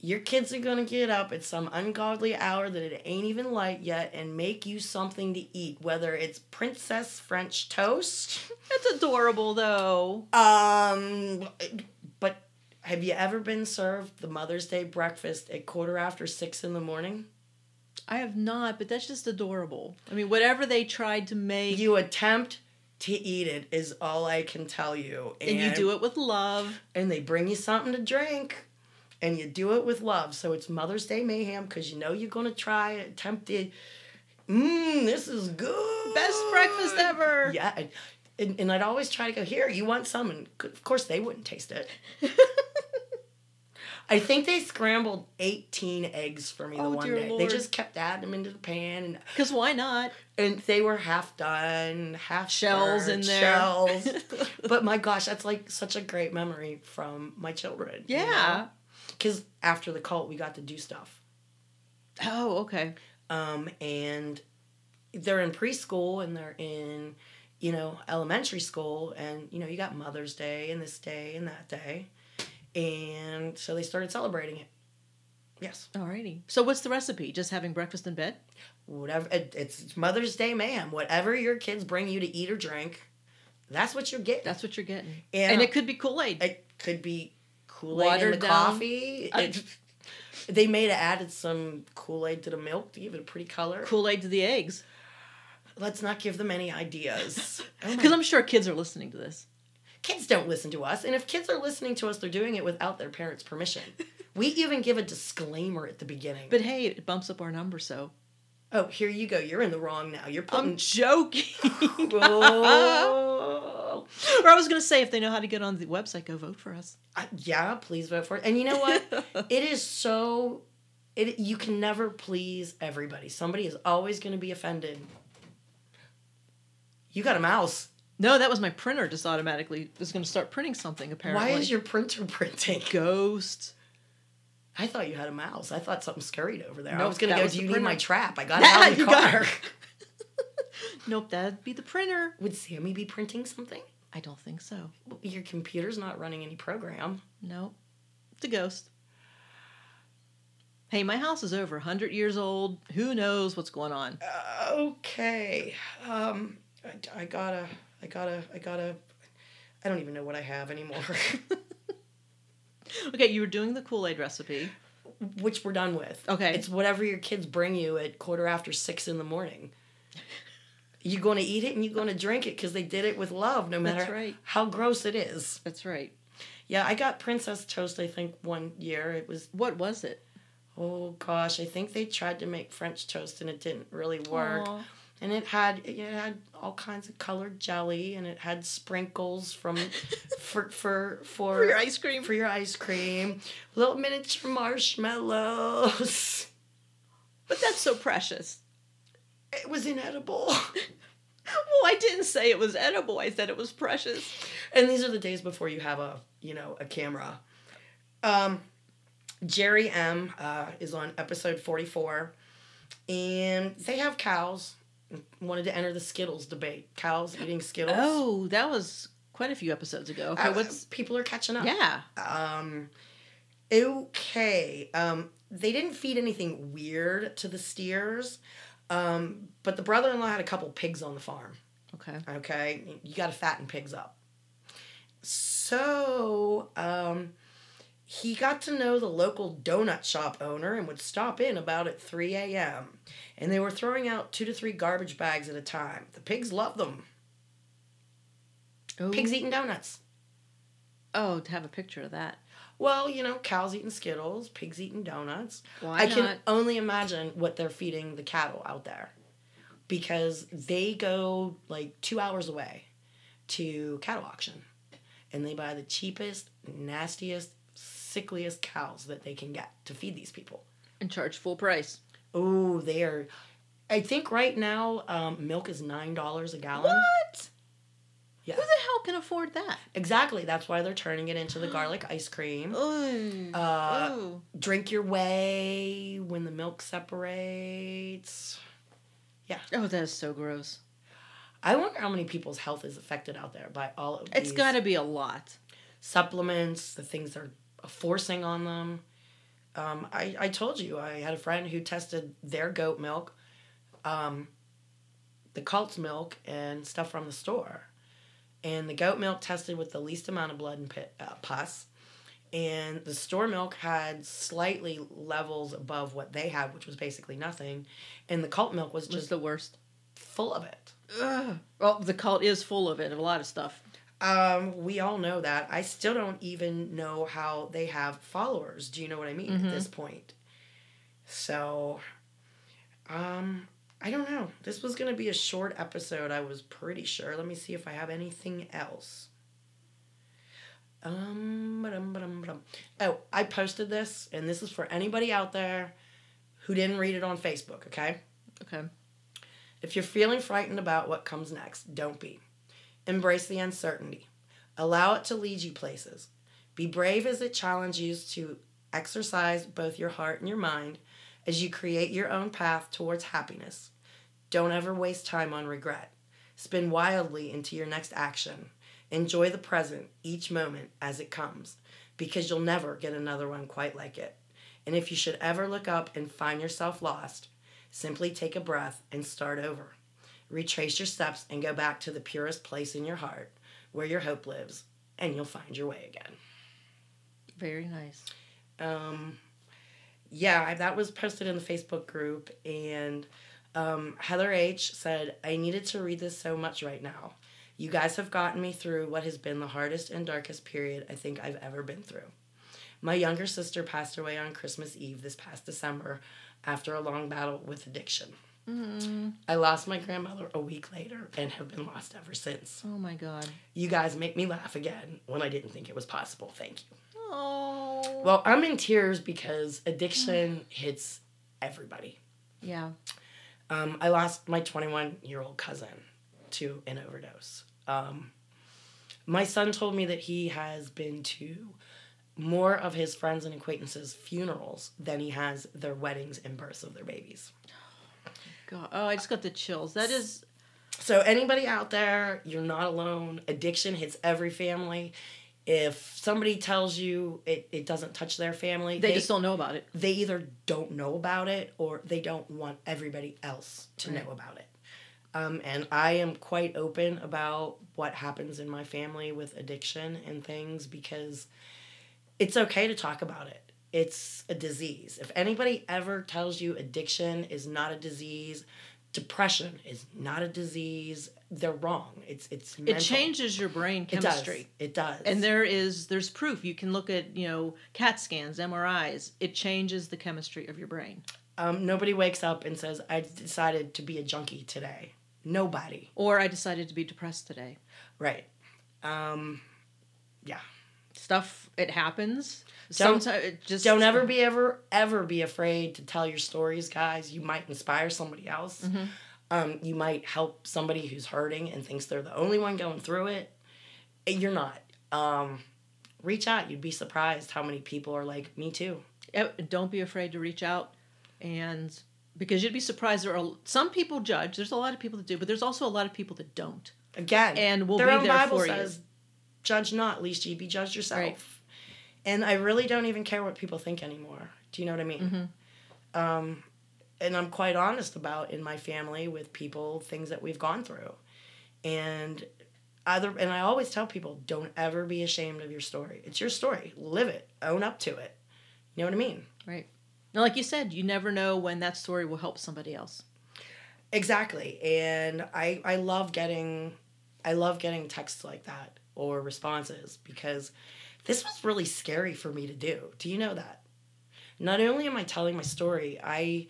Speaker 2: Your kids are going to get up at some ungodly hour that it ain't even light yet and make you something to eat, whether it's princess French toast.
Speaker 1: That's adorable, though.
Speaker 2: Um, but have you ever been served the Mother's Day breakfast at quarter after six in the morning?
Speaker 1: I have not, but that's just adorable. I mean, whatever they tried to make,
Speaker 2: You attempt to eat it, is all I can tell you.
Speaker 1: and you do it with love.
Speaker 2: and they bring you something to drink and you do it with love so it's mother's day mayhem because you know you're going to try it attempt it mmm this is good
Speaker 1: Best breakfast ever.
Speaker 2: yeah and, and, and i'd always try to go here you want some and c- of course they wouldn't taste it I think they scrambled 18 eggs for me the
Speaker 1: Oh,
Speaker 2: one
Speaker 1: dear
Speaker 2: day. They
Speaker 1: Lord.
Speaker 2: just kept adding them into the pan and
Speaker 1: Because why not?
Speaker 2: and they were half done, half
Speaker 1: Shells in
Speaker 2: burnt,
Speaker 1: there.
Speaker 2: Shells. but my gosh, that's like such a great memory from my children.
Speaker 1: Yeah.
Speaker 2: Because after the cult, we got to do stuff.
Speaker 1: Oh, okay.
Speaker 2: Um, and they're in preschool and they're in, you know, elementary school. And, you know, you got Mother's Day and this day and that day. And so they started celebrating it. Yes.
Speaker 1: Alrighty. So what's the recipe? Just having breakfast in bed?
Speaker 2: whatever it, it's it's Mother's Day, ma'am. Whatever your kids bring you to eat or drink, that's what you're getting.
Speaker 1: That's what you're getting.
Speaker 2: Yeah.
Speaker 1: And it could be Kool-Aid.
Speaker 2: it could be Kool Aid in the
Speaker 1: Watered down. Uh,
Speaker 2: coffee.
Speaker 1: I-
Speaker 2: It- they may have added some Kool Aid to the milk to give it a pretty color.
Speaker 1: Kool-Aid to the eggs.
Speaker 2: Let's not give them any ideas. Oh my-
Speaker 1: Because I'm sure kids are listening to this.
Speaker 2: kids don't listen to us, and if kids are listening to us, they're doing it without their parents' permission. we even give a disclaimer at the beginning.
Speaker 1: But hey, it bumps up our number, so
Speaker 2: oh, here you go. You're in the wrong now. You're
Speaker 1: I'm
Speaker 2: putting.
Speaker 1: joking.
Speaker 2: Oh.
Speaker 1: or I was gonna say if they know how to get on the website, go vote for us.
Speaker 2: Uh, yeah, please vote for it. And you know what? it is so. It you can never please everybody. Somebody is always going to be offended. You got a mouse.
Speaker 1: No, that was my printer just automatically was gonna start printing something apparently.
Speaker 2: Why is your printer printing?
Speaker 1: ghost?
Speaker 2: I thought you had a mouse. I thought something scurried over there. I
Speaker 1: Nope,
Speaker 2: was going
Speaker 1: that
Speaker 2: to go.
Speaker 1: was
Speaker 2: Do
Speaker 1: the
Speaker 2: you need my
Speaker 1: printer."
Speaker 2: trap? I got it out of the
Speaker 1: You got
Speaker 2: car.
Speaker 1: Nope, that'd be the printer.
Speaker 2: Would Sammy be printing something?
Speaker 1: I don't think so.
Speaker 2: Your computer's not running any program.
Speaker 1: No, the ghost. Hey, my house is over 100 years old. Who knows what's going on?
Speaker 2: okay um I, I gotta i gotta i gotta i don't even know what i have anymore
Speaker 1: Okay, you were doing the Kool Aid recipe.
Speaker 2: which we're done with
Speaker 1: Okay.
Speaker 2: it's whatever your kids bring you at quarter after six in the morning you're going to eat it and you're going to drink it because they did it with love no matter
Speaker 1: That's right.
Speaker 2: how gross it is
Speaker 1: That's right.
Speaker 2: yeah i got princess toast i think one year it was
Speaker 1: What was it?
Speaker 2: oh gosh i think they tried to make french toast and it didn't really work
Speaker 1: Aw.
Speaker 2: and it had it had all kinds of colored jelly and it had sprinkles from for for for,
Speaker 1: For your ice cream.
Speaker 2: for your ice cream little miniature marshmallows
Speaker 1: But that's so precious.
Speaker 2: it was inedible
Speaker 1: Well, I didn't say it was edible. I said it was precious.
Speaker 2: and these are the days before you have a you know a camera um jerry m uh, is on episode 44 and they have cows wanted to enter the skittles debate cows eating skittles
Speaker 1: Oh, that was quite a few episodes ago. Okay,
Speaker 2: Uh,
Speaker 1: what's.
Speaker 2: people are catching up
Speaker 1: Yeah.
Speaker 2: Um, okay. Um, they didn't feed anything weird to the steers, um, but the brother in law had a couple pigs on the farm.
Speaker 1: Okay.
Speaker 2: Okay. You got to fatten pigs up. So um, he got to know the local donut shop owner and would stop in about at 3 a.m. And they were throwing out two to three garbage bags at a time. The pigs loved them.
Speaker 1: Oh.
Speaker 2: Pigs eating donuts.
Speaker 1: Oh, to have a picture of that.
Speaker 2: Well, you know, cows eating Skittles, pigs eating donuts.
Speaker 1: Why
Speaker 2: I can
Speaker 1: not?
Speaker 2: only imagine what they're feeding the cattle out there because they go like two hours away to cattle auction and they buy the cheapest, nastiest, sickliest cows that they can get to feed these people.
Speaker 1: And charge full price.
Speaker 2: Oh, they are. I think right now um, milk is $9 a gallon.
Speaker 1: What?
Speaker 2: Yeah.
Speaker 1: Who the hell can afford that?
Speaker 2: Exactly. That's why they're turning it into the garlic ice cream.
Speaker 1: Ooh.
Speaker 2: Uh,
Speaker 1: Ooh.
Speaker 2: drink your way when the milk separates.
Speaker 1: Oh, that is so gross.
Speaker 2: I wonder how many people's health is affected out there by all of
Speaker 1: It's
Speaker 2: these
Speaker 1: got to be a lot.
Speaker 2: supplements, the things they're forcing on them. Um, I, I told you I had a friend who tested their goat milk, um, the cult's milk, and stuff from the store. And the goat milk tested with the least amount of blood and pit, uh, pus. And the store milk had slightly levels above what they had, which was basically nothing. And the cult milk was
Speaker 1: It's just
Speaker 2: just
Speaker 1: the worst.
Speaker 2: full of it.
Speaker 1: Ugh. Well, the cult is full of it, of a lot of stuff.
Speaker 2: Um, we all know that. I still don't even know how they have followers. Do you know what I mean
Speaker 1: Mhm.
Speaker 2: at this point? So, um, I don't know. This was going to be a short episode, I was pretty sure. Let me see if I have anything else. Um, ba-dum, ba-dum, ba-dum. Oh, I posted this, and this is for anybody out there who didn't read it on Facebook, okay?
Speaker 1: Okay.
Speaker 2: If you're feeling frightened about what comes next, don't be. Embrace the uncertainty. Allow it to lead you places. Be brave as it challenges you to exercise both your heart and your mind as you create your own path towards happiness. Don't ever waste time on regret. Spin wildly into your next action. Enjoy the present, each moment as it comes, because you'll never get another one quite like it. And if you should ever look up and find yourself lost, simply take a breath and start over. Retrace your steps and go back to the purest place in your heart where your hope lives, and you'll find your way again.
Speaker 1: Very nice.
Speaker 2: Um, yeah, I- that was posted in the Facebook group, and um, Heather H said, I needed to read this so much right now. You guys have gotten me through what has been the hardest and darkest period I think I've ever been through. My younger sister passed away on Christmas Eve this past December after a long battle with addiction. I lost my grandmother a week later and have been lost ever since.
Speaker 1: Oh my god.
Speaker 2: You guys make me laugh again when I didn't think it was possible. Thank you.
Speaker 1: Oh.
Speaker 2: Well, I'm in tears because addiction hits everybody.
Speaker 1: yeah.
Speaker 2: Um, I lost my 21 year old cousin to an overdose. Um, my son told me that he has been to more of his friends and acquaintances' funerals than he has their weddings and births of their babies.
Speaker 1: God. Oh, I just got the chills. That is.
Speaker 2: So, anybody out there, you're not alone. Addiction hits every family. If somebody tells you it, it doesn't touch their family,
Speaker 1: They, just don't know about it.
Speaker 2: they either don't know about it or they don't want everybody else to
Speaker 1: Right.
Speaker 2: know about it. Um, and I am quite open about what happens in my family with addiction and things because it's okay to talk about it. It's a disease. If anybody ever tells you addiction is not a disease, depression is not a disease, they're wrong. It's it's
Speaker 1: It
Speaker 2: mental.
Speaker 1: changes your brain
Speaker 2: It
Speaker 1: chemistry.
Speaker 2: does. It does.
Speaker 1: And there is there's proof. You can look at, you know, CAT scans, MRIs. It changes the chemistry of your brain.
Speaker 2: um, nobody wakes up and says, "I decided to be a junkie today." Nobody.
Speaker 1: Or I decided to be depressed today.
Speaker 2: Right. Um, yeah.
Speaker 1: Stuff it happens.
Speaker 2: Don't-
Speaker 1: Sometimes it just
Speaker 2: Don't ever be ever ever be afraid to tell your stories, guys. You might inspire somebody else. Um, you might help somebody who's hurting and thinks they're the only one going through it. And You're not. Um, reach out. You'd be surprised how many people are like, "Me too."
Speaker 1: Eh, don't be afraid to reach out and because you'd be surprised there are some people judge there's a lot of people that do but there's also a lot of people that don't
Speaker 2: Again,
Speaker 1: And we'll
Speaker 2: their
Speaker 1: be
Speaker 2: own
Speaker 1: there
Speaker 2: Bible
Speaker 1: for you.
Speaker 2: says, "Judge not, lest ye be judged yourself."
Speaker 1: Right.
Speaker 2: And I really don't even care what people think anymore. Do you know what I mean?
Speaker 1: Mm-hmm.
Speaker 2: Um, and I'm quite honest about in my family with people things that we've gone through, and other. And I always tell people, don't ever be ashamed of your story. It's your story. Live it. Own up to it. You know what I mean?
Speaker 1: right now like you said you never know when that story will help somebody else
Speaker 2: Exactly. And I I love getting I love getting texts like that or responses because this was really scary for me to do. Do you know that? Not only am I telling my story, I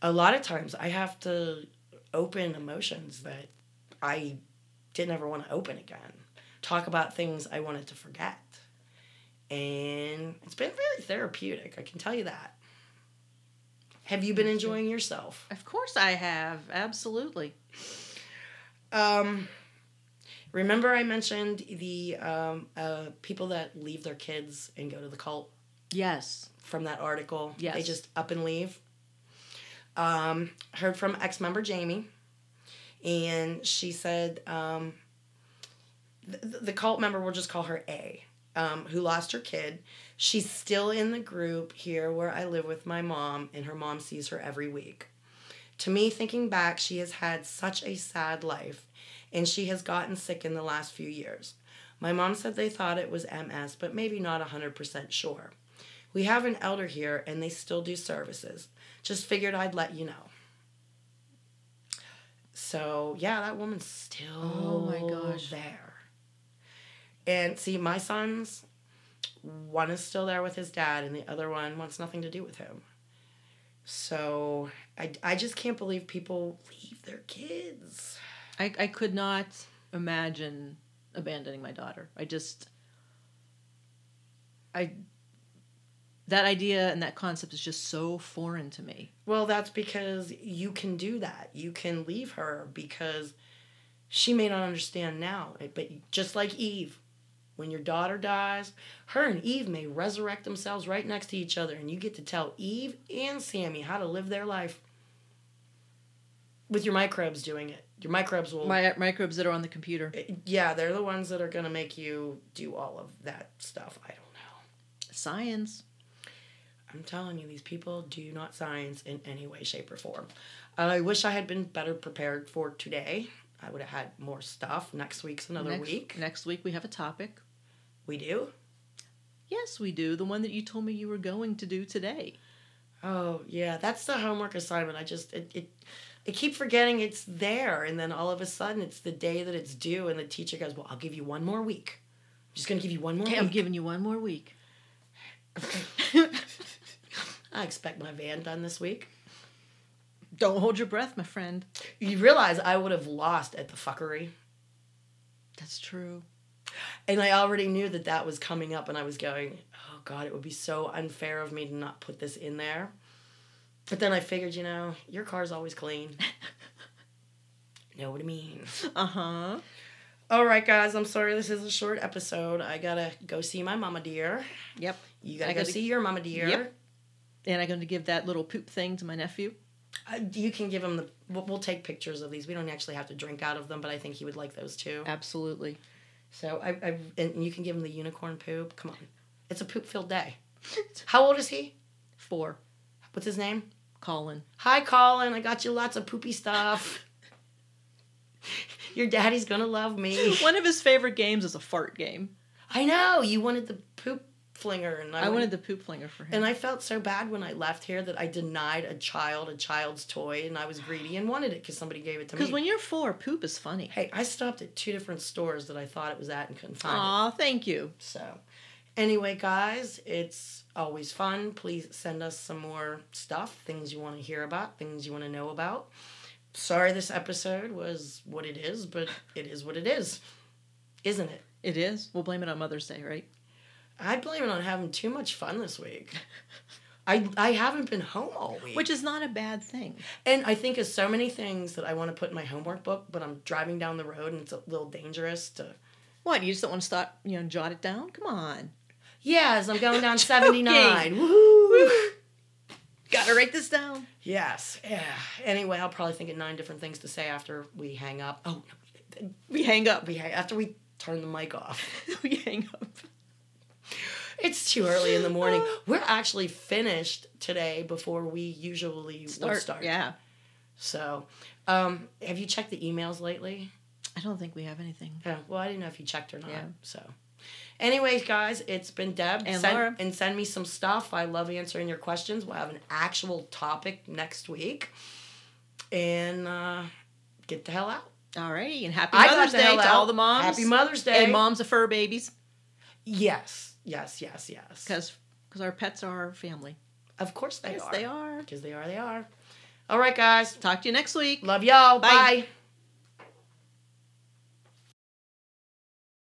Speaker 2: a lot of times I have to open emotions that I didn't ever want to open again. Talk about things I wanted to forget. And it's been very therapeutic, I can tell you that. Have you been enjoying yourself?
Speaker 1: of course i have absolutely
Speaker 2: Um, remember I mentioned the um, uh, people that leave their kids and go to the cult
Speaker 1: yes
Speaker 2: from that article?
Speaker 1: Yes.
Speaker 2: They just up and leave. Um, heard from ex member Jamie, and she said um, the, the cult member, we'll just call her A, um, who lost her kid. She's still in the group here where I live with my mom, and her mom sees her every week. To me, thinking back, she has had such a sad life and she has gotten sick in the last few years. My mom said they thought it was MS, but maybe not 100% sure. We have an elder here and they still do services. Just figured I'd let you know. So, yeah, that woman's still
Speaker 1: Oh my gosh.
Speaker 2: there. And see, my sons, one is still there with his dad and the other one wants nothing to do with him. So, I, I just can't believe people leave their kids.
Speaker 1: I, I could not imagine abandoning my daughter. I just I that idea and that concept is just so foreign to me.
Speaker 2: Well, that's because you can do that. You can leave her because she may not understand now, but just like Eve, when your daughter dies, her and Eve may resurrect themselves right next to each other, and you get to tell Eve and Sammy how to live their life with your microbes doing it. Your microbes will.
Speaker 1: My microbes that are on the computer.
Speaker 2: yeah, they're the ones that are going to make you do all of that stuff. I don't know.
Speaker 1: Science.
Speaker 2: I'm telling you, these people do not science in any way, shape, or form. Uh, I wish I had been better prepared for today. I would have had more stuff. Next week's another
Speaker 1: next,
Speaker 2: week.
Speaker 1: Next week we have a topic.
Speaker 2: We do?
Speaker 1: Yes, we do. The one that you told me you were going to do today.
Speaker 2: Oh, yeah. That's the homework assignment. I just, it, it, I keep forgetting it's there. And then all of a sudden, it's the day that it's due. And the teacher goes, Well, I'll give you one more week. I'm just going to give you one more
Speaker 1: Okay, I'm
Speaker 2: week.
Speaker 1: giving you one more week.
Speaker 2: I expect my van done this week.
Speaker 1: Don't hold your breath, my friend.
Speaker 2: You realize I would have lost at the fuckery.
Speaker 1: That's true.
Speaker 2: And I already knew that that was coming up, and I was going, oh God, it would be so unfair of me to not put this in there. But then I figured, you know, your car's always clean. You know what I mean?
Speaker 1: Uh huh.
Speaker 2: All right, guys, I'm sorry this is a short episode. I gotta go see my mama dear.
Speaker 1: Yep.
Speaker 2: You gotta
Speaker 1: I
Speaker 2: go
Speaker 1: gotta-
Speaker 2: see your mama dear.
Speaker 1: Yep. And I'm going to give that little poop thing to my nephew.
Speaker 2: Uh, you can give him the. We'll, we'll take pictures of these. We don't actually have to drink out of them, but I think he would like those too.
Speaker 1: Absolutely.
Speaker 2: So I, I and you can give him the unicorn poop. Come on, it's a poop filled day. How old is he?
Speaker 1: Four.
Speaker 2: What's his name?
Speaker 1: Colin.
Speaker 2: Hi, Colin. I got you lots of poopy stuff. Your daddy's gonna love me.
Speaker 1: One of his favorite games is a fart game.
Speaker 2: I know you wanted the poop flinger, and I,
Speaker 1: I wanted the poop flinger for him.
Speaker 2: And I felt so bad when I left here that I denied a child a child's toy, and I was greedy and wanted it because somebody gave it to
Speaker 1: Because
Speaker 2: me.
Speaker 1: when you're four, poop is funny.
Speaker 2: hey, I stopped at two different stores that I thought it was at and couldn't find it.
Speaker 1: Aw, thank you.
Speaker 2: So, anyway, guys, it's always fun. Please send us some more stuff, things you want to hear about, things you want to know about. Sorry this episode was what it is, but it is what it is, isn't it?
Speaker 1: It is. We'll blame it on Mother's Day, right?
Speaker 2: I blame it on having too much fun this week. I, I haven't been home all week.
Speaker 1: Which is not a bad thing.
Speaker 2: and I think of so many things that I want to put in my homework book, but I'm driving down the road and it's a little dangerous to.
Speaker 1: What? You just don't want to stop, you know, jot it down? Come on.
Speaker 2: Yeah, as I'm going down 79. Woohoo!
Speaker 1: Gotta write this down.
Speaker 2: Yes. Yeah. Anyway, I'll probably think of nine different things to say after we hang up. Oh, no,
Speaker 1: We hang up.
Speaker 2: we hang, after we turn the mic off.
Speaker 1: we hang up.
Speaker 2: It's too early in the morning. We're actually finished today before we usually start. Would start.
Speaker 1: Yeah.
Speaker 2: So, um, have you checked the emails lately?
Speaker 1: I don't think we have anything.
Speaker 2: Yeah. Well, I didn't know if you checked or not.
Speaker 1: Yeah.
Speaker 2: So. Anyways, guys, it's been Deb.
Speaker 1: And
Speaker 2: send,
Speaker 1: Laura.
Speaker 2: And send me some stuff. I love answering your questions. We'll have an actual topic next week. And uh, get the hell out.
Speaker 1: Alrighty, and happy
Speaker 2: I got
Speaker 1: Mother's
Speaker 2: the
Speaker 1: Day
Speaker 2: hell
Speaker 1: to
Speaker 2: out.
Speaker 1: all the moms.
Speaker 2: Happy Mother's Day.
Speaker 1: and moms of fur babies,
Speaker 2: Yes, yes, yes, yes.
Speaker 1: because our pets are our family.
Speaker 2: of course they
Speaker 1: yes,
Speaker 2: are.
Speaker 1: they are.
Speaker 2: Because they are, they are. All right, guys.
Speaker 1: Talk to you next week.
Speaker 2: Love y'all.
Speaker 1: Bye.
Speaker 2: Bye.